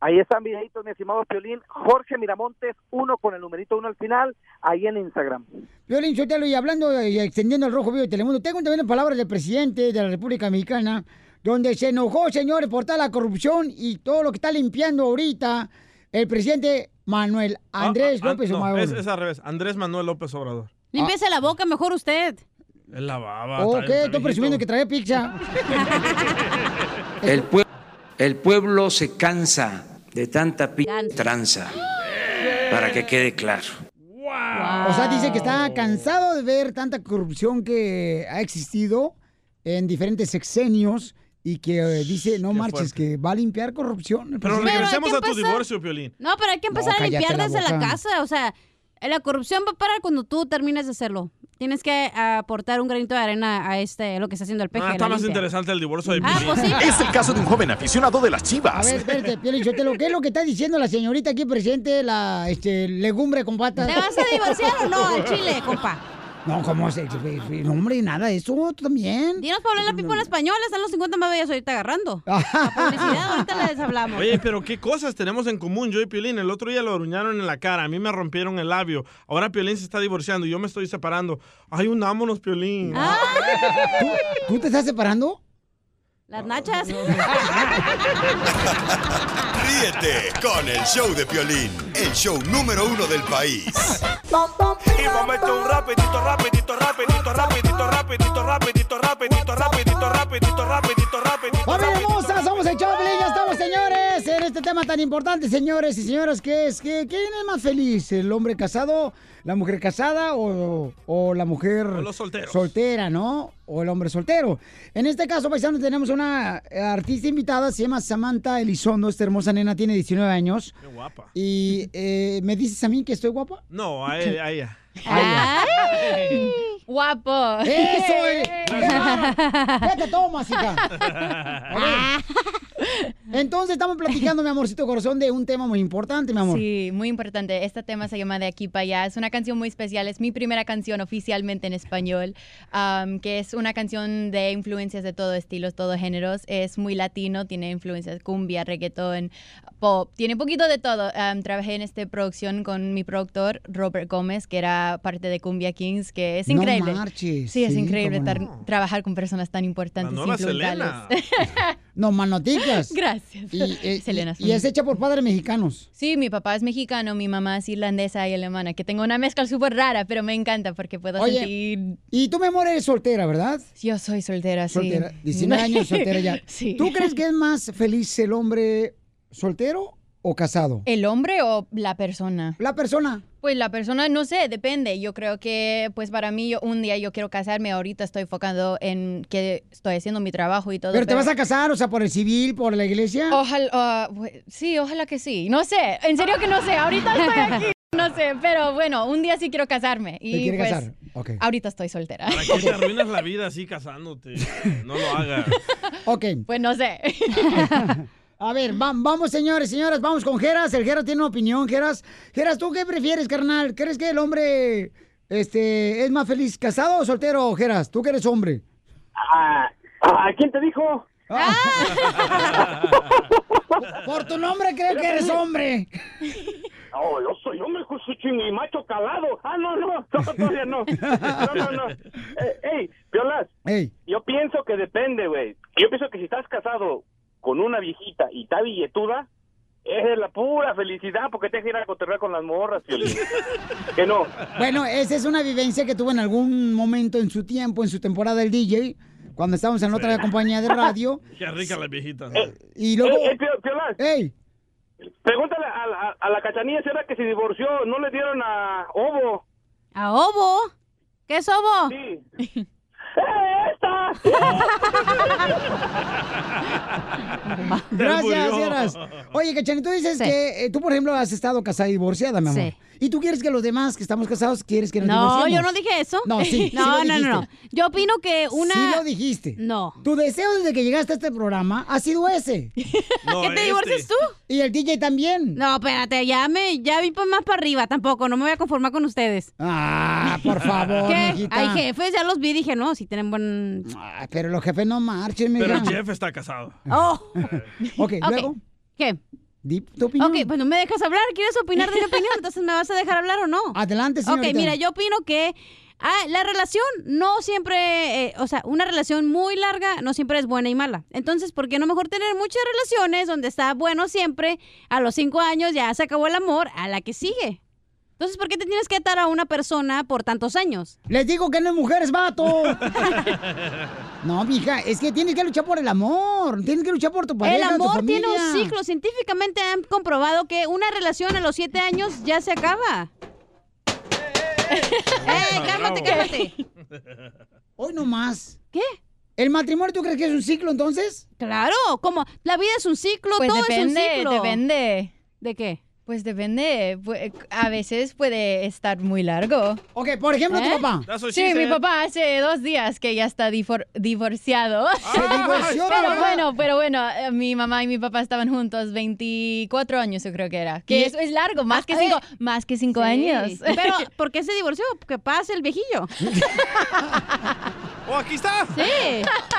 K: Ahí están videitos, mi estimado Piolín. Jorge Miramontes, uno con el numerito uno al final, ahí en Instagram.
B: Violín Sotelo, y hablando y extendiendo el rojo vivo de Telemundo, tengo también palabras del presidente de la República Mexicana, donde se enojó, señores, por toda la corrupción y todo lo que está limpiando ahorita el presidente Manuel Andrés
C: Ah, ah,
B: López
C: no,
B: Obrador. Ah.
C: es, es al revés. Andrés Manuel López Obrador.
D: Límpiese la boca mejor usted.
C: Él lavaba.
B: ¿O
C: está- está
B: qué? Estoy
C: viejito.
B: presumiendo que trae pizza.
F: El, pue- el pueblo se cansa de tanta p tranza, para que quede claro.
B: O sea, dice que está cansado de ver tanta corrupción que ha existido en diferentes sexenios y que eh, dice, no marches, que va a limpiar corrupción. Pues el
C: Pero
B: presidente.
C: regresemos a tu divorcio, Piolín. Ah,
D: No, pero hay que
B: No,
D: empezar a
B: cállate
D: limpiar
B: la
D: desde la
B: boca.
D: casa. O sea, eh, la corrupción va a parar cuando tú termines de hacerlo. Tienes que aportar un granito de arena a este lo que está haciendo el peje.
C: Ah,
D: la
C: está más
D: limpia.
C: interesante el divorcio de Piolín.
N: Es el caso de un joven aficionado de las
B: A
N: chivas.
B: ver, espérate, Piolín Sotelo, ¿qué es lo que está diciendo la señorita aquí presente, la este, legumbre con patas?
D: ¿Te vas a divorciar o no al chile, compa?
B: No, ¿cómo se...? No, hombre, nada, eso tú también.
D: Dinos para hablar la pipa en español, están los 50 más bellas ahorita agarrando. La publicidad, ahorita les hablamos.
C: Oye, pero qué cosas tenemos en común yo y Piolín. El otro día lo ordeñaron en la cara, a mí me rompieron el labio. Ahora Piolín se está divorciando y yo me estoy separando. Ay, unámonos, Piolín.
D: Ah.
B: ¿Tú te estás separando?
D: Las nachas.
G: Ríete con el show de Piolín, el show número uno del país.
L: Y vamos a meter un rapidito, rapidito, rapidito, rapidito, rapidito, rapidito, rapidito, rapidito, rapidito, rapidito, rapidito.
B: ¡Familia hermosa! ¡Somos el Choplin! ¡Ya estamos, señores! En este tema tan importante, señores y señoras, ¿qué es? ¿Qué, ¿Quién es más feliz? ¿El hombre casado? ¿La mujer casada? ¿O, o la mujer
C: los solteros.
B: soltera, no? ¿O el hombre soltero? En este caso, paisanos, tenemos una eh, artista invitada, se llama Samantha Elizondo. Esta hermosa nena tiene 19 años.
C: Qué guapa.
B: Y eh, me dices a mí que estoy guapa.
C: No, a ella. a ella.
D: Ay, ¡Guapo!
B: ¡Eso eh! es! ¡Ya te tomas, hija! Entonces estamos platicando, mi amorcito corazón, de un tema muy importante, mi amor.
O: Sí, muy importante. Este tema se llama De aquí para allá. Es una canción muy especial. Es mi primera canción oficialmente en español, um, que es una canción de influencias de todo estilos, todos géneros. Es muy latino, tiene influencias cumbia, reggaetón, pop, tiene poquito de todo. Um, trabajé en esta producción con mi productor Robert Gómez, que era parte de Cumbia Kings, que es
B: No
O: increíble.
B: marches,
O: sí, es
B: sí,
O: increíble
B: cómo
O: tar- trabajar con personas tan importantes.
B: nueva
O: influenciales.
B: Selena. No, manoticas.
O: Gracias.
B: Y, eh,
O: Selena
B: y- y es
O: Sonia.
B: hecha por padres mexicanos.
O: Sí, mi papá es mexicano, mi mamá es irlandesa y alemana, que tengo una mezcla súper rara, pero me encanta porque puedo
B: Oye,
O: sentir...
B: Y tú, mi amor, eres soltera, ¿verdad?
O: Yo soy soltera, sí.
B: Soltera. 19 años soltera ya.
O: Sí.
B: ¿Tú crees que es más feliz el hombre soltero o casado?
L: ¿El hombre o la persona?
B: La persona.
L: Pues la persona, no sé, depende. Yo creo que, pues para mí, yo- un día yo quiero casarme. Ahorita estoy enfocando en que estoy haciendo mi trabajo y todo.
B: ¿Pero te vas a casar, o sea, por el civil, por la iglesia?
L: Ojalá, ah, bu- sí, ojalá que sí. No sé, en serio que no sé. Ahorita estoy aquí. No sé, pero bueno, un día sí quiero casarme. Y
C: ¿Te quiere
L: pues,
C: casar? Ok.
L: Ahorita estoy soltera.
C: ¿Para qué te arruinas la vida así casándote? No lo hagas.
B: Ok.
L: Pues no sé.
B: A ver, va- vamos, señores, señoras, vamos con Geras. El Geras tiene una opinión, Geras. Geras, ¿tú qué prefieres, carnal? ¿Crees que el hombre este, es más feliz casado o soltero, Geras? ¿Tú que eres hombre?
Q: ¿A Ah, quién te dijo?
D: Ah.
B: Por tu nombre creo que eres hombre.
Q: Oh, yo soy hombre con su chinguimacho calado. Ah, no, no, no, todavía no. No, no, no. Eh, ey, Violas, yo pienso que depende, güey. Yo pienso que si estás casado con una viejita y está billetuda, es la pura felicidad porque te que ir a cotorrear con las morras, Violín. que no.
B: Bueno, esa es una vivencia que tuvo en algún momento en su tiempo, en su temporada del DJ, cuando estábamos en otra compañía de radio.
C: Qué rica la viejita.
B: Y luego...
Q: Eh, eh, Pio- Piolas.
B: ¡Ey!
Q: Pregúntale a, la- a la cachanilla si era que se divorció, no le dieron a Obo.
D: ¿A Obo? Ah, oh, ¿Qué es Obo?
B: Gracias,
D: murió.
B: Geras. Oye, Cachan, tú dices que eh, tú, por ejemplo, has estado casada y divorciada, mi amor.
D: Sí.
B: ¿Y tú quieres que los demás que estamos casados, quieres que nos
D: No,
B: divorciemos?
D: yo no dije eso.
B: No, sí, sí
D: no,
B: lo
D: no, no, no.
B: dijiste.
D: Yo opino que una.
B: Sí lo dijiste.
D: No.
B: Tu deseo desde que llegaste a este programa ha sido ese.
D: ¿Que
C: este,
D: te
N: este
D: divorces tú?
B: Y el DJ también.
D: No, espérate, ya me, ya vi pa- más para arriba tampoco, no me voy a conformar con ustedes.
B: Ah, por favor,
D: ¿Qué?
B: mijita.
D: Hay jefes, ya los vi, dije, no, si tienen buen...
B: Ah, Pero los jefes no marchen, mira.
C: Pero Jeff está casado.
D: Oh.
B: Ok,
D: Ok.
B: luego.
D: ¿Qué?
B: Di tu opinión.
D: Ok, pues no me dejas hablar, ¿quieres opinar de mi opinión? Entonces, ¿me vas a dejar hablar o no?
B: Adelante, señorita.
D: Ok, mira, yo opino que ah, la relación no siempre, eh, o sea, una relación muy larga no siempre es buena y mala. Entonces, ¿por qué no mejor tener muchas relaciones donde está bueno siempre, a los cinco años ya se acabó el amor, a la que sigue? Entonces, ¿por qué te tienes que atar a una persona por tantos años?
B: Les digo que no es mujer, es vato. no, mija, es que tienes que luchar por el amor. Tienes que luchar por tu pareja,
D: El
B: tu
D: amor tiene un
B: familia.
D: ciclo. Científicamente han comprobado que una relación a los siete años ya se acaba. ¡Eh, cálmate, cálmate!
B: Hoy no más.
D: ¿Qué?
B: ¿El matrimonio tú crees que es un ciclo entonces?
D: Claro, como la vida es un ciclo,
L: Pues
D: todo
L: depende,
D: es un ciclo.
L: depende.
D: ¿De qué?
L: Pues depende. Pu- A veces puede estar muy largo. ¿Eh?
B: Ok, por ejemplo, tu papá. That's what she
L: Sí, mi
B: said.
L: papá hace dos días que ya está difor- divorciado.
B: Se divorció,
L: pero
B: papá.
L: bueno, pero bueno, eh, mi mamá y mi papá estaban juntos 24 años, yo creo que era. Que
D: Y-
L: eso es largo, más que
D: Ah,
L: cinco,
D: eh.
L: más que cinco
D: Sí.
L: años.
D: Pero, ¿por qué se divorció? Que pase el viejillo.
C: ¡Oh, aquí está!
D: Sí.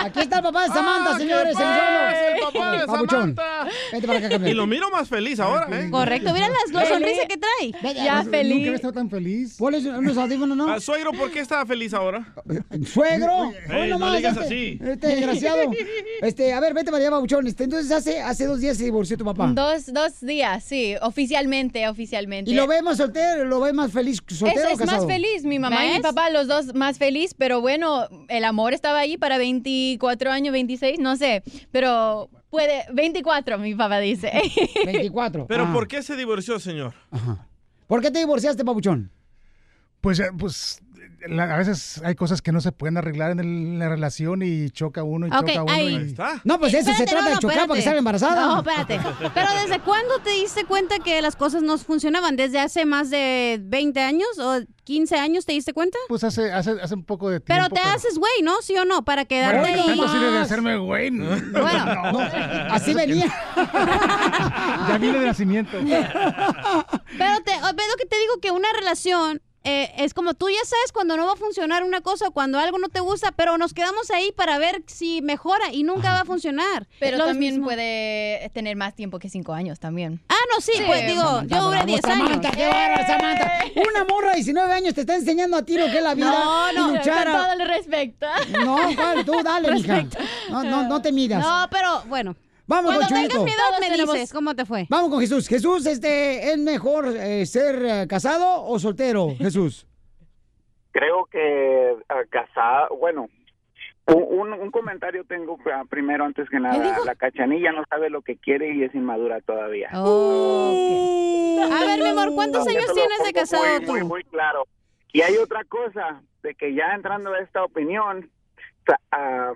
B: Aquí está el papá de Samantha,
C: Ah, qué
B: señores.
C: padre, el papá de
B: Papuchón.
C: Samantha.
B: Vete para acá,
C: Y lo miro más feliz ahora, ¿eh?
D: Correcto, mira las dos
C: Vele.
D: sonrisas que trae.
B: Nunca he estado tan feliz. ¿Pones unos audífonos, no?
C: Ah, suegro, ¿por qué está feliz ahora?
B: ¡Suegro!
C: Ey,
B: Hoy
C: no
B: nomás,
C: digas
B: este-
C: así.
B: Este desgraciado. Este, a ver, vete para allá, babuchón. Este, entonces hace, hace dos días se divorció tu papá.
L: Dos, dos días, sí, oficialmente, oficialmente.
B: ¿Y lo ve más soltero? ¿Lo ve más feliz soltero o
L: es, es más
B: casado?
L: feliz, mi mamá y mi
D: ¿Ves?
L: papá, los dos más feliz, pero bueno, el amor estaba ahí para 24 años, 26, no sé, pero puede, 24, mi papá dice.
B: 24.
C: Pero
B: Ah.
C: ¿por qué se divorció, señor?
B: ¿Por qué te divorciaste, papuchón?
P: Pues, eh, pues la- a veces hay cosas que no se pueden arreglar en, el- en la relación y choca uno y
D: Ok,
P: choca uno.
D: ahí.
P: y-
D: Ahí está.
B: No, pues eso se
D: Espérate,
B: trata
D: no,
B: de
D: no,
B: chocar para que
D: espérate.
B: salga embarazada.
D: No, espérate. Pero ¿desde cuándo te diste cuenta que las cosas no funcionaban? ¿Desde hace más de 20 años o 15 años te diste cuenta?
P: Pues hace, hace, hace un poco de
D: Pero
P: tiempo.
D: te haces güey, ¿no? ¿Sí o no? Para
P: Bueno,
D: quedarte
P: que tanto
D: ahí.
P: sirve de hacerme güey. no, no.
B: así venía.
P: ya vine de nacimiento.
D: Pero te, o- ves lo que te digo, que una relación eh, es como tú ya sabes cuando no va a funcionar una cosa, cuando algo no te gusta, pero nos quedamos ahí para ver si mejora y nunca va a funcionar.
L: Pero
D: Lo
L: también
D: mismo.
L: puede tener más tiempo que cinco años también.
D: Ah, no, sí,
L: Sí.
D: pues digo,
L: Samantha,
D: yo duré
L: bravo,
D: 10 años.
L: Samantha, qué bárbara,
B: Samantha. Una morra de 19 años te está enseñando a tiro que es la vida.
L: No, no,
B: y luchar
L: con
B: a-
L: todo el respeto.
B: No, Juan, tú dale, mija.
L: Respecto.
B: No, no, no te midas.
D: No, pero bueno.
B: Vamos,
D: Cuando
B: Don
D: tengas
B: Chuyito.
D: mi edad
L: Todos
D: me
L: tenemos-
D: dices cómo te fue.
B: Vamos con Jesús. Jesús, este, ¿es mejor eh, ser eh, casado o soltero, Jesús?
Q: Creo que ah, casado, bueno, Un, un comentario tengo ah, primero, antes que nada. La cachanilla no sabe lo que quiere y es inmadura todavía.
D: Oh, A ver, mi amor, ¿cuántos
Q: No, yo
D: años
Q: te lo
D: tienes de
Q: pongo
D: casado
Q: muy,
D: tú?
Q: Muy, muy claro. Y hay otra cosa, de que ya entrando a esta opinión, ta- ah,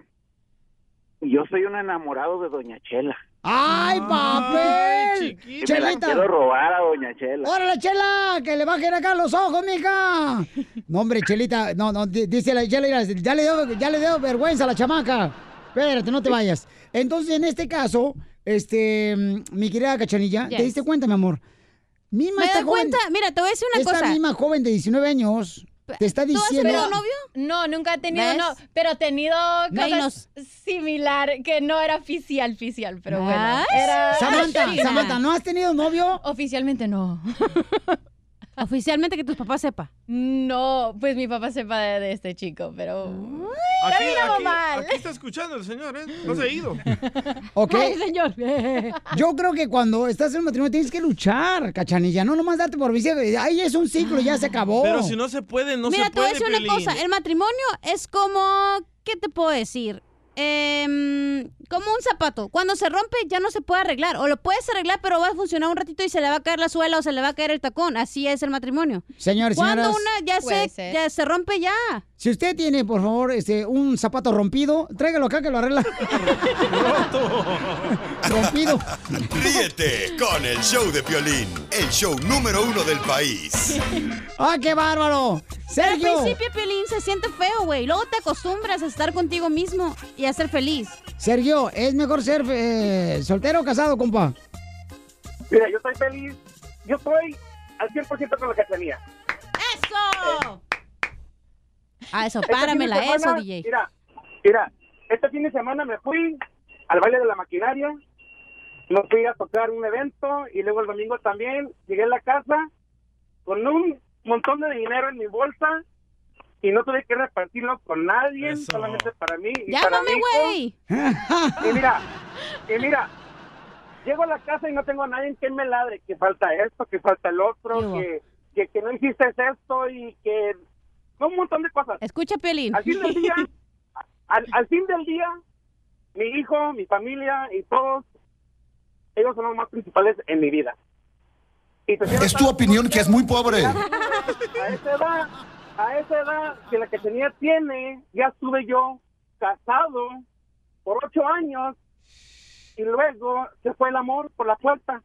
Q: yo soy un enamorado de Doña Chela.
D: Ah,
B: ¡Ay,
D: pues,
B: papel!
Q: Y me la
B: ¡Chelita!
Q: quiero robar a Doña Chela.
B: ¡Órale, Chela! ¡Que le bajen acá los ojos, mija! No, hombre, Chelita, no, no, di- dice la Chela, mira, ya le dio, ya le dio vergüenza a la chamaca. Espérate, no te vayas. Entonces, en este caso, este, mm, mi querida Cachanilla, ¿te
D: Yes.
B: diste cuenta, mi amor? Misma
D: Me
B: esta
D: doy
B: joven-
D: cuenta, mira, te voy a decir una
B: esta
D: cosa.
B: misma joven de 19 años te está
D: ¿Tú has
B: diciendo...
D: tenido novio?
O: No, nunca he tenido,
D: ¿Ves?
O: no, pero he tenido
D: Menos.
O: cosas similar que no era oficial, oficial, pero bueno.
D: ¿Ves?
O: Era
D: Samantha, Samantha,
B: ¿no has tenido novio?
O: Oficialmente no.
D: Oficialmente que tus papás sepa.
O: No, pues mi papá sepa de, de este chico,
D: Ah.
O: pero
C: Aquí,
O: terminamos
C: aquí-
O: mal.
C: aquí está escuchando el señor, ¿eh? No se ha ido.
B: ¿Ok?
C: Ay,
D: señor.
B: Yo creo que cuando estás en un matrimonio tienes que luchar, cachanilla. No nomás darte por vicio. Ahí es un ciclo, ya se acabó.
C: Pero si no se puede, no
D: Mira,
C: se
D: te voy a
C: puede.
D: decir una
C: Piolín.
D: cosa. El matrimonio es como. ¿Qué te puedo decir? Em, como un zapato. Cuando se rompe, ya no se puede arreglar. O lo puedes arreglar, pero va a funcionar un ratito y se le va a caer la suela o se le va a caer el tacón. Así es el matrimonio.
B: Señores,
D: Cuando
B: señoras,
D: una ya
B: Puede
D: se,
B: ser.
D: ya se rompe, ya.
B: Si usted tiene, por favor, este, un zapato rompido, tráigalo acá que lo arregla. rompido.
G: Ríete con el show de Piolín, el show número uno del país.
B: ¡Ah, qué bárbaro!
D: Pero
B: Sergio.
D: al principio, Piolín, se siente feo, güey. Luego te acostumbras a estar contigo mismo y a ser feliz.
B: Sergio, ¿es mejor ser eh, soltero o casado, compa?
Q: Mira, yo estoy feliz. Yo estoy al 100% con la cachanilla.
D: ¡Eso! Ah, eso,
Q: Este fin de
D: páramela, eso,
Q: semana,
D: DJ.
Q: Mira, mira, este fin de semana me fui al baile de la maquinaria, me fui a tocar un evento y luego el domingo también llegué a la casa con un montón de dinero en mi bolsa y no tuve que repartirlo con nadie, solamente para mí y para
D: Llámame,
Q: mí.
D: güey.
Q: Y mira, y mira, llego a la casa y no tengo a nadie que me ladre, que falta esto, que falta el otro, que, que, que no hiciste esto y que un montón de cosas.
D: Escucha, Pelín.
Q: Al fin del día, al, al fin del día, mi hijo, mi familia y todos, ellos son los más principales en mi vida.
N: Es tu opinión que es muy pobre.
Q: A esa edad, a esa edad que la que tenía tiene, ya estuve yo casado por ocho años y luego se fue el amor por la puerta.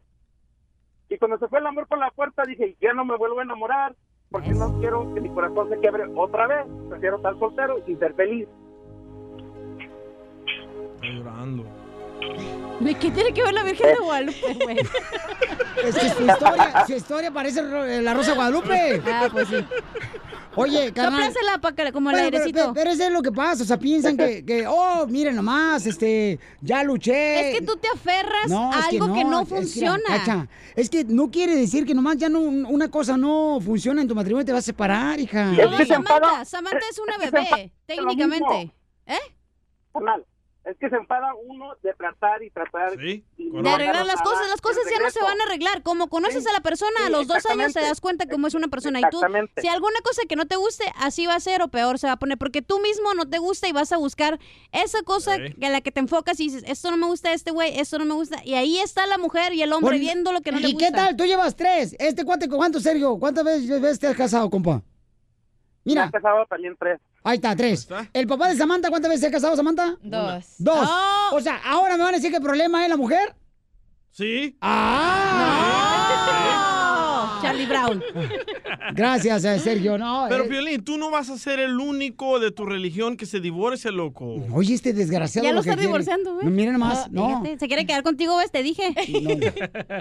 Q: Y cuando se fue el amor por la puerta dije, ya no me vuelvo a enamorar porque no quiero que mi corazón se quiebre otra vez. Prefiero estar soltero y ser feliz.
D: ¿Qué tiene que ver la Virgen de Guadalupe, güey?
B: Es que su historia, su historia parece ro- eh, la Rosa de Guadalupe.
D: Ah, pues sí.
B: Oye, carnal.
D: Sóplasela pa' que- como el
B: Pero- pero-
D: airecito.
B: Pero, pero eso es lo que pasa, o sea, piensan que, que, oh, miren nomás, este, ya luché.
D: Es que tú te aferras a
B: es que
D: algo que no,
B: es que, mira,
D: funciona.
B: Cacha, es que no quiere decir que nomás ya no, una cosa no funciona en tu matrimonio, te vas a separar, hija.
D: No, Samantha, Samantha es una
Q: es que se
D: bebé,
Q: enfada lo
D: técnicamente.
Q: mismo.
D: ¿Eh?
Q: Carnal, es que se enfada uno de tratar y tratar. y no
D: De arreglar las
Q: nada
D: cosas, las
Q: en
D: cosas ya no se
Q: regreso.
D: van a arreglar. Como conoces a la persona, a
Q: sí,
D: los dos años te
Q: exactamente.
D: das cuenta cómo es una persona. Y tú,
Q: Exactamente.
D: si alguna cosa que no te guste, así va a ser o peor se va a poner. Porque tú mismo no te gusta y vas a buscar esa cosa
B: Sí.
D: que- a la que te enfocas y dices, esto no me gusta de este güey, esto no me gusta. Y ahí está la mujer y el hombre
B: Por-
D: viendo lo que no te
B: ¿Y
D: gusta.
B: qué tal? Tú llevas tres. Este cuate, ¿cuánto, Sergio? ¿Cuántas veces veces te has casado, compa?
Q: Me
B: Mira,
Q: han casado también tres.
B: ahí está, tres. ¿El papá de Samantha cuántas veces se ha casado, Samantha?
O: Dos.
B: Dos. O sea, ahora me van a decir que el problema es la mujer.
C: Sí.
B: ¡Ah!
D: Charlie Brown.
B: Gracias, eh, Sergio. No,
C: Pero
B: eh,
C: Piolín, tú no vas a ser el único de tu religión que se divorcia, loco.
B: Oye, este desgraciado.
D: Ya lo
B: que
D: está
B: quiere.
D: divorciando, güey.
B: No, mira nomás,
D: Ah,
B: no.
D: fíjate, se quiere quedar contigo, ves, te dije.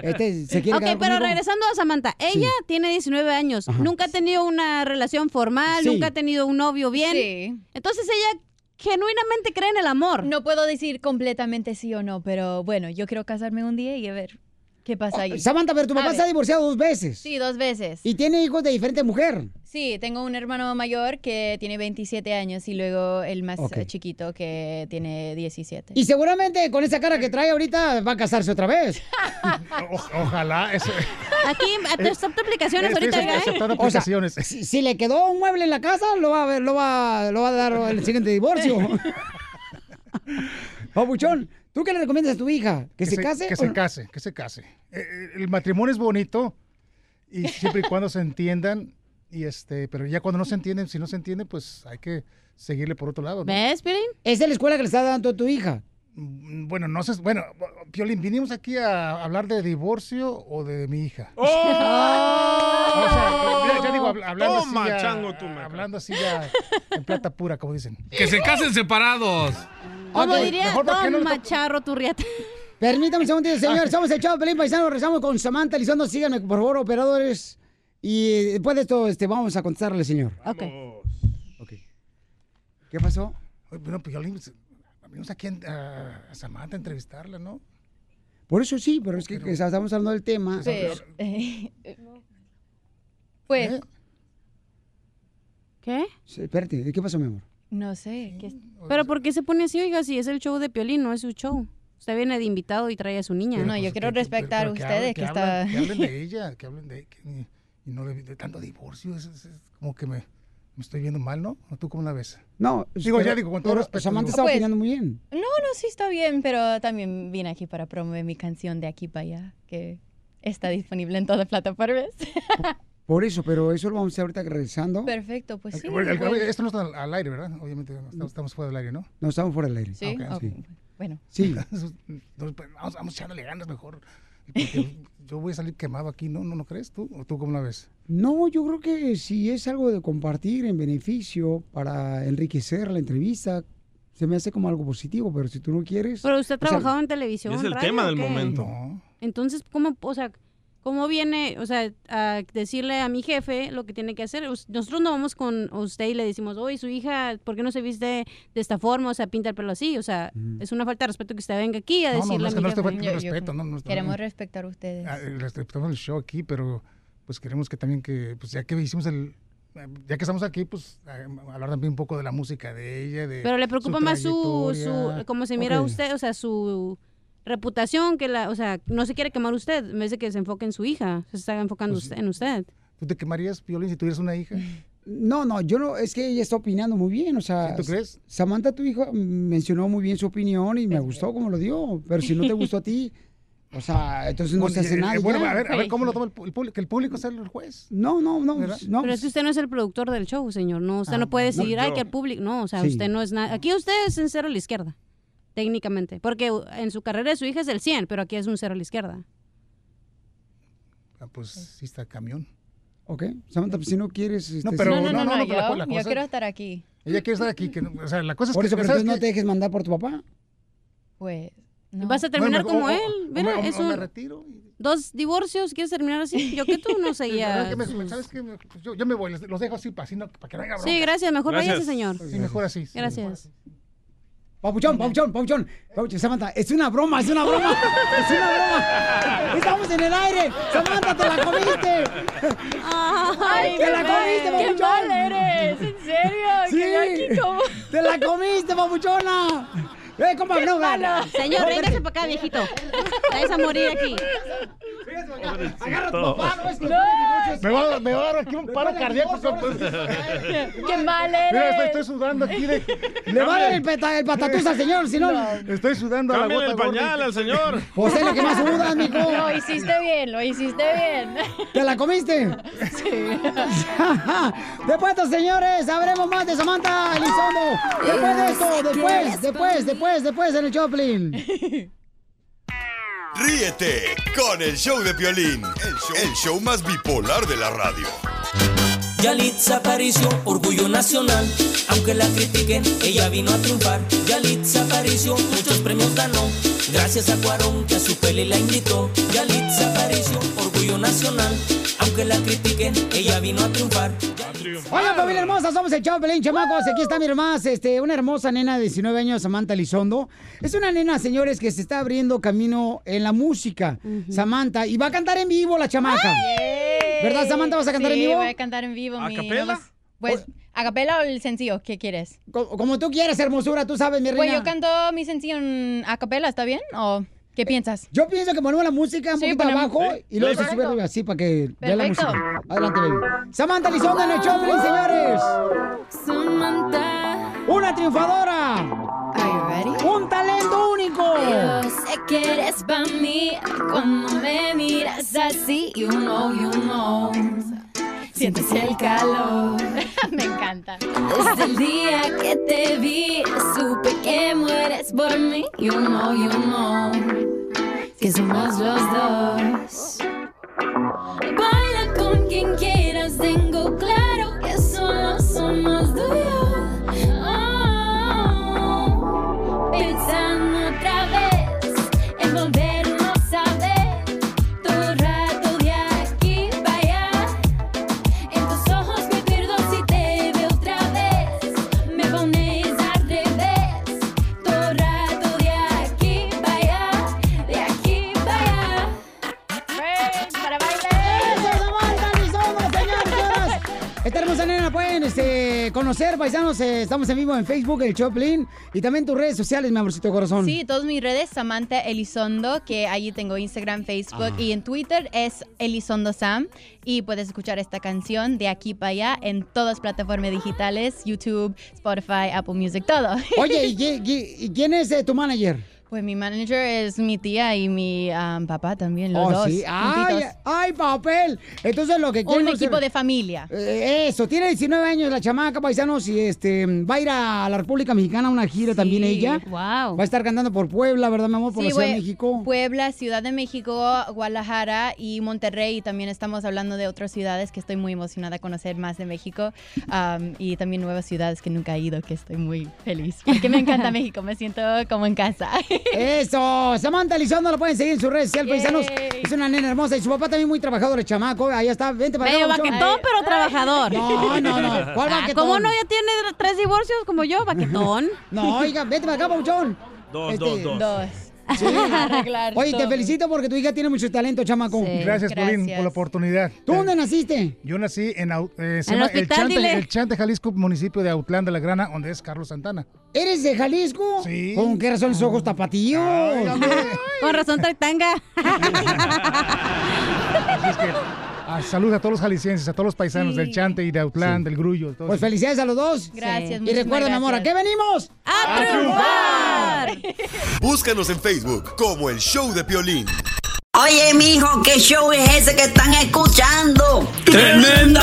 B: Este se quiere
D: ok,
B: quedar
D: pero
B: conmigo.
D: regresando a Samantha, ella tiene 19 años,
B: Ajá.
D: nunca ha tenido una relación formal,
B: Sí.
D: nunca ha tenido un novio bien.
O: Sí.
D: Entonces ella genuinamente cree en el amor.
O: No puedo decir completamente sí o no, pero bueno, yo quiero casarme un día y a ver qué pasa ahí.
B: Ah, Samantha, pero tu
O: A
B: papá
O: ver.
B: se ha divorciado dos veces.
O: Sí, dos veces.
B: Y tiene hijos de diferente mujer.
O: Sí, tengo un hermano mayor que tiene 27 años y luego el más
B: Ok.
O: eh, chiquito que tiene 17.
B: Y seguramente con esa cara que trae ahorita va a casarse otra vez.
P: Ojalá. Eso,
D: Aquí
B: Eh,
D: te acepto aplicaciones
P: Estoy
D: ahorita, ¿eh?
P: aceptando
B: O sea,
P: aplicaciones.
B: si, si le quedó un mueble en la casa, lo va a, ver- lo va, lo va a dar el siguiente divorcio. Papuchón, ¿tú qué le recomiendas a tu hija? ¿Que, se, case?
P: Que
B: o
P: se
B: no?
P: case, que se case. Eh, eh, El matrimonio es bonito y siempre y cuando se entiendan. Y este, pero ya cuando no se entienden, si no se entiende, pues hay que seguirle por otro lado. ¿no?
B: Esa es la escuela que le está dando a tu hija.
P: Mm, Bueno, no sé, bueno, Piolín, vinimos aquí a hablar de divorcio ¡Oh! o de mi hija. O sea, mira, ya digo, habl- hablando
C: ¡Oh! Toma,
P: así ya,
C: chango, tú,
P: hablando así ya en plata pura, como dicen.
R: Que se casen separados.
D: Como
B: Ok,
D: diría
B: mejor, ¿por qué
D: Don
B: no le to-
D: Macharro Turrieta.
B: Permítame un segundito, señor. Somos el Chavo Pelín Paisano. Rezamos con Samantha Elizondo. Síganme, por favor, operadores. Y eh, después de esto este, vamos a contestarle, señor. ¿Qué pasó?
P: Bueno, Piolín, se- vinimos aquí en- a, a Samantha a entrevistarla, ¿no?
B: Por eso sí, pero es que, que estamos hablando del tema.
O: Pues, pues,
B: ¿Eh?
D: ¿Qué?
B: Sí, espérate, ¿qué pasó, mi amor?
O: no sé. ¿qué es-
D: Pero ¿por qué se pone así, oiga? Si es el show de Piolín, no es su show. Usted viene de invitado y trae a su niña.
O: No,
P: pues,
O: yo quiero respetar a
P: que
O: ustedes
P: hablen-
O: que,
P: hablen-
O: está...
P: que hablen de ella, que hablen de que- y no de, de tanto divorcio, es, es- es como que me, me estoy viendo mal, ¿no? ¿O ¿Tú cómo la ves?
B: No,
P: digo,
B: pero-
P: ya digo, con todo
B: pero
P: respeto.
B: Samantha
P: digo,
O: Pues,
B: estaba opinando muy bien.
O: No, no, sí está bien, pero también vine aquí para promover mi canción de aquí para allá, que está disponible en todas las plataformas.
B: Por eso, pero eso lo vamos a hacer ahorita regresando.
O: Perfecto, pues sí.
P: Bueno, el-
O: bueno.
P: Esto no está al- al aire, ¿verdad? Obviamente no estamos, estamos fuera del aire, ¿no?
B: No, estamos fuera del aire.
O: Sí,
P: Ah, ok.
O: ok, bueno.
B: Sí.
P: Entonces, pues, vamos, vamos echándole ganas mejor. porque yo voy a salir quemado aquí, ¿no? ¿No, no crees tú? ¿O tú cómo la ves?
B: No, yo creo que si es algo de compartir en beneficio para enriquecer la entrevista, se me hace como algo positivo, pero si tú no quieres...
D: Pero usted ha
B: o sea,
D: trabajado en televisión.
C: es el
D: radio,
C: tema
D: ¿o
C: del
D: qué?
C: momento.
D: Entonces, ¿cómo, o sea, cómo viene, o sea, a decirle a mi jefe lo que tiene que hacer? Us- Nosotros no vamos con usted y le decimos, oye, su hija, ¿por qué no se viste de esta forma? O sea, pinta el pelo así. O sea, es una falta de respeto que usted venga aquí
P: Mm.
D: a
P: No, no, no,
D: decirle
P: es
D: a
P: que
D: mi
P: no estoy faltando Yo-
D: jefe.
P: yo- respeto, no, no, no.
O: Queremos respetar a ustedes.
P: Ah, eh, Respetamos el show aquí, pero pues queremos que también que, pues ya que hicimos el... Ya que estamos aquí, pues eh, hablar también un poco de la música de ella, de
D: Pero le preocupa más su,
P: trayectoria.
D: su, cómo se mira
P: Ok.
D: usted, o sea, su reputación, que la, o sea, no se quiere quemar usted, en vez de que se enfoque en su hija, se está enfocando
P: Pues
D: usted, en usted.
P: ¿Tú te quemarías, Piolín, si tuvieras una hija?
B: No, no, yo no, es que ella está opinando muy bien, o sea...
P: ¿Sí, tú crees?
B: Samantha, tu hija, mencionó muy bien su opinión y me gustó como lo dio, pero si no te gustó a ti, o sea, entonces no
P: Bueno,
B: se hace
P: eh,
B: nada. y
P: Bueno,
B: ya.
P: a ver, a
D: Pues
P: ver cómo lo toma el, pu- el público, que el público sea el juez.
B: No, no, no,
P: ¿Verdad?
B: no.
D: Pero es que usted no es el productor del show, señor. No, usted
B: Ah,
D: no puede
B: no,
D: decidir, ay,
B: yo-
D: que el público. No, o sea,
B: Sí.
D: usted no es nada. Aquí usted es un cero a la izquierda, técnicamente. Porque u- en su carrera de su hija es el 100, pero aquí es un cero a la izquierda.
P: Ah, pues sí está camión.
B: Ok, Samantha, pues si no quieres...
P: No,
B: este,
P: pero
B: sí.
P: no, no, no,
O: No,
P: pero la,
O: yo,
P: la
O: yo
P: cosa-
O: quiero estar aquí.
P: Ella quiere estar aquí, que no- o sea, la cosa es
B: Por
P: que
B: eso, pero
P: ¿sabes
B: entonces no
P: qué?
B: te dejes mandar por tu papá.
O: Pues,
D: Vas a terminar
P: Bueno,
D: como
P: o- o-
D: él.
P: o
D: Mira,
P: me- o-
D: es
P: o me
D: un-
P: retiro.
D: Dos divorcios, ¿quieres terminar así? Yo que tú no seguía.
P: ¿Sabes qué? Me- me- ¿sabes qué? Me- Yo, yo me voy, les- los dejo así para, así no, para que no haya bronca.
D: Sí, gracias, mejor váyase, señor.
P: Sí, mejor así. sí, mejor
D: Gracias.
B: Papuchón, papuchón, papuchón, papuchón, Samantha, es una broma, es una broma, es una broma. Estamos en el aire, Samantha, te la comiste.
L: Ay,
B: te la
L: bebé,
B: comiste,
L: qué
B: papuchón.
L: mal eres, en serio, que yo aquí como-
B: Te la comiste, papuchona. Eh, compa,
L: Qué
B: no,
L: malo.
B: gana.
L: Señor, véngase
D: para acá, viejito. Vais a morir aquí.
L: Agarra
P: tu papá,
L: no
B: es
L: que
P: Me va, me va a dar aquí un paro cardíaco. pues,
L: Qué mal eres.
P: Mira, estoy, estoy sudando aquí. De...
B: Le va a dar el, peta- el patatús al señor, si no.
P: Estoy sudando a la
C: Cámbiale
P: gota
C: el pañal al señor.
B: Pues es lo que más sudas, mijo.
O: Lo hiciste bien, eh, lo hiciste bien.
B: ¿Te la comiste? después de esto, señores, sabremos más de Samantha Elizondo. Después de esto, después, después, después, después en el Choplin.
G: Ríete con el show de Piolín, el show, el show más bipolar de la radio.
S: Yalitza Aparicio, orgullo nacional. Aunque la critiquen, ella vino a triunfar. Yalitza Aparicio, muchos premios ganó. Gracias a Cuarón que a su peli la invitó. Yalitza Aparicio, orgullo nacional. Aunque la critiquen, ella vino a triunfar.
B: Hola familia hermosa, somos el Chavo Pelín, chamacos. Aquí está mi hermana, este, una hermosa nena de 19 años, Samantha Elizondo. Es una nena, señores, que se está abriendo camino en la música, Samantha, y va a cantar en vivo la chamaca. ¿Verdad, Samantha? ¿Vas a cantar
O: Sí,
B: en vivo?
O: voy a cantar en vivo.
B: ¿A
O: mi
B: capela?
O: nomás- Pues, ¿a capela o el sencillo? ¿Qué quieres?
B: Como, tú quieras, hermosura, tú sabes, mi
O: Pues
B: reina.
O: yo canto mi sencillo en a capela, ¿está bien? ¿O qué piensas?
B: Eh, Yo pienso que ponemos la música un
O: Sí,
B: poquito
O: ponemos-
B: abajo
O: Sí.
B: y luego se
O: Perfecto.
B: sube arriba, así para que vea la
O: Perfecto.
B: música. Adelante, baby. Samantha Elizondo en el Chavo Pelín, señores.
S: Samantha.
B: ¡Una triunfadora! Un
Y: que eres pa' mí cuando me miras así. You know, you know. Sientes el calor.
L: Me encanta.
Y: Desde el día que te vi, supe que mueres por mí. You know, you know. Que somos los dos. Baila con quien quieras, tengo claro que solo somos tú y yo. Oh, pensando otra vez en volvernos a ver todo el rato de aquí para allá. En tus ojos me pierdo si te veo otra vez. Me pones al revés todo el rato de aquí para allá, de aquí para allá.
L: para
B: Esta hermosa nena pueden este, conocer, paisanos. eh, estamos en vivo en Facebook, el Choplin. Y también tus redes sociales, mi amorcito corazón.
L: Sí, todas mis redes, Samantha Elizondo, que allí tengo Instagram, Facebook
B: Ah.
L: y en Twitter es Elizondo Sam. Y puedes escuchar esta canción de aquí para allá en todas plataformas digitales, YouTube, Spotify, Apple Music, todo.
B: Oye, ¿y, qui- qui- y quién es eh, tu manager?
L: Pues mi manager es mi tía y mi ah, papá también, los
B: Oh,
L: dos.
B: sí. Ay,
L: juntitos.
B: ay, papel. Entonces lo que
L: Un
B: quiero
L: equipo
B: hacer-
L: de familia.
B: Eh, Eso, tiene 19 años la chamaca, paisanos, y este, va a ir a la República Mexicana a una gira también ella.
L: wow.
B: Va a estar cantando por Puebla, ¿verdad, mi amor? Por
L: Sí,
B: la Ciudad de
L: güey,
B: México.
L: Puebla, Ciudad de México, Guadalajara y Monterrey. También estamos hablando de otras ciudades que estoy muy emocionada a conocer más de México um, y también nuevas ciudades que nunca he ido, que estoy muy feliz. Porque me encanta México, me siento como en casa.
B: Eso, Samantha Elizondo la pueden seguir en sus redes sociales, paisanos. Es una nena hermosa y su papá también muy trabajador, el chamaco. Ahí está, vente para acá,
D: Medio
B: babuchón.
D: baquetón, pero trabajador.
B: No, no, no. ¿Cuál
D: Ah,
B: baquetón?
D: ¿Cómo no? Ya tiene tres divorcios como yo, baquetón.
B: No, oiga, vete para acá, Pauchón.
D: Dos,
B: Este,
D: dos, dos.
B: Sí.
D: Arreglar
B: Oye, te
D: todo.
B: felicito porque tu hija tiene mucho talento, chamaco.
P: gracias, Piolín, por la oportunidad.
B: ¿Tú dónde naciste?
P: Yo nací en, Au- eh, se
B: En el
P: llama
B: hospital,
P: Chante,
B: dile.
P: el Chante, Jalisco, municipio de Autlán de la Grana, donde es Carlos Santana.
B: ¿Eres de Jalisco?
P: Sí.
B: ¿Con qué razón los ojos tapatíos?
D: Con razón tanga.
P: Ah, saludos a todos los jaliscienses, a todos los paisanos del Chante y de Autlán, del Grullo. todos.
B: Pues felicidades a los dos.
L: Gracias,
B: Y
L: muchísimas
B: recuerda, mi amor, ¿a qué
L: gracias.
B: venimos?
D: ¡A
G: Búscanos en Facebook como el show de Piolín.
S: Oye, mijo, ¿qué show es ese que están escuchando?
G: ¡Tremenda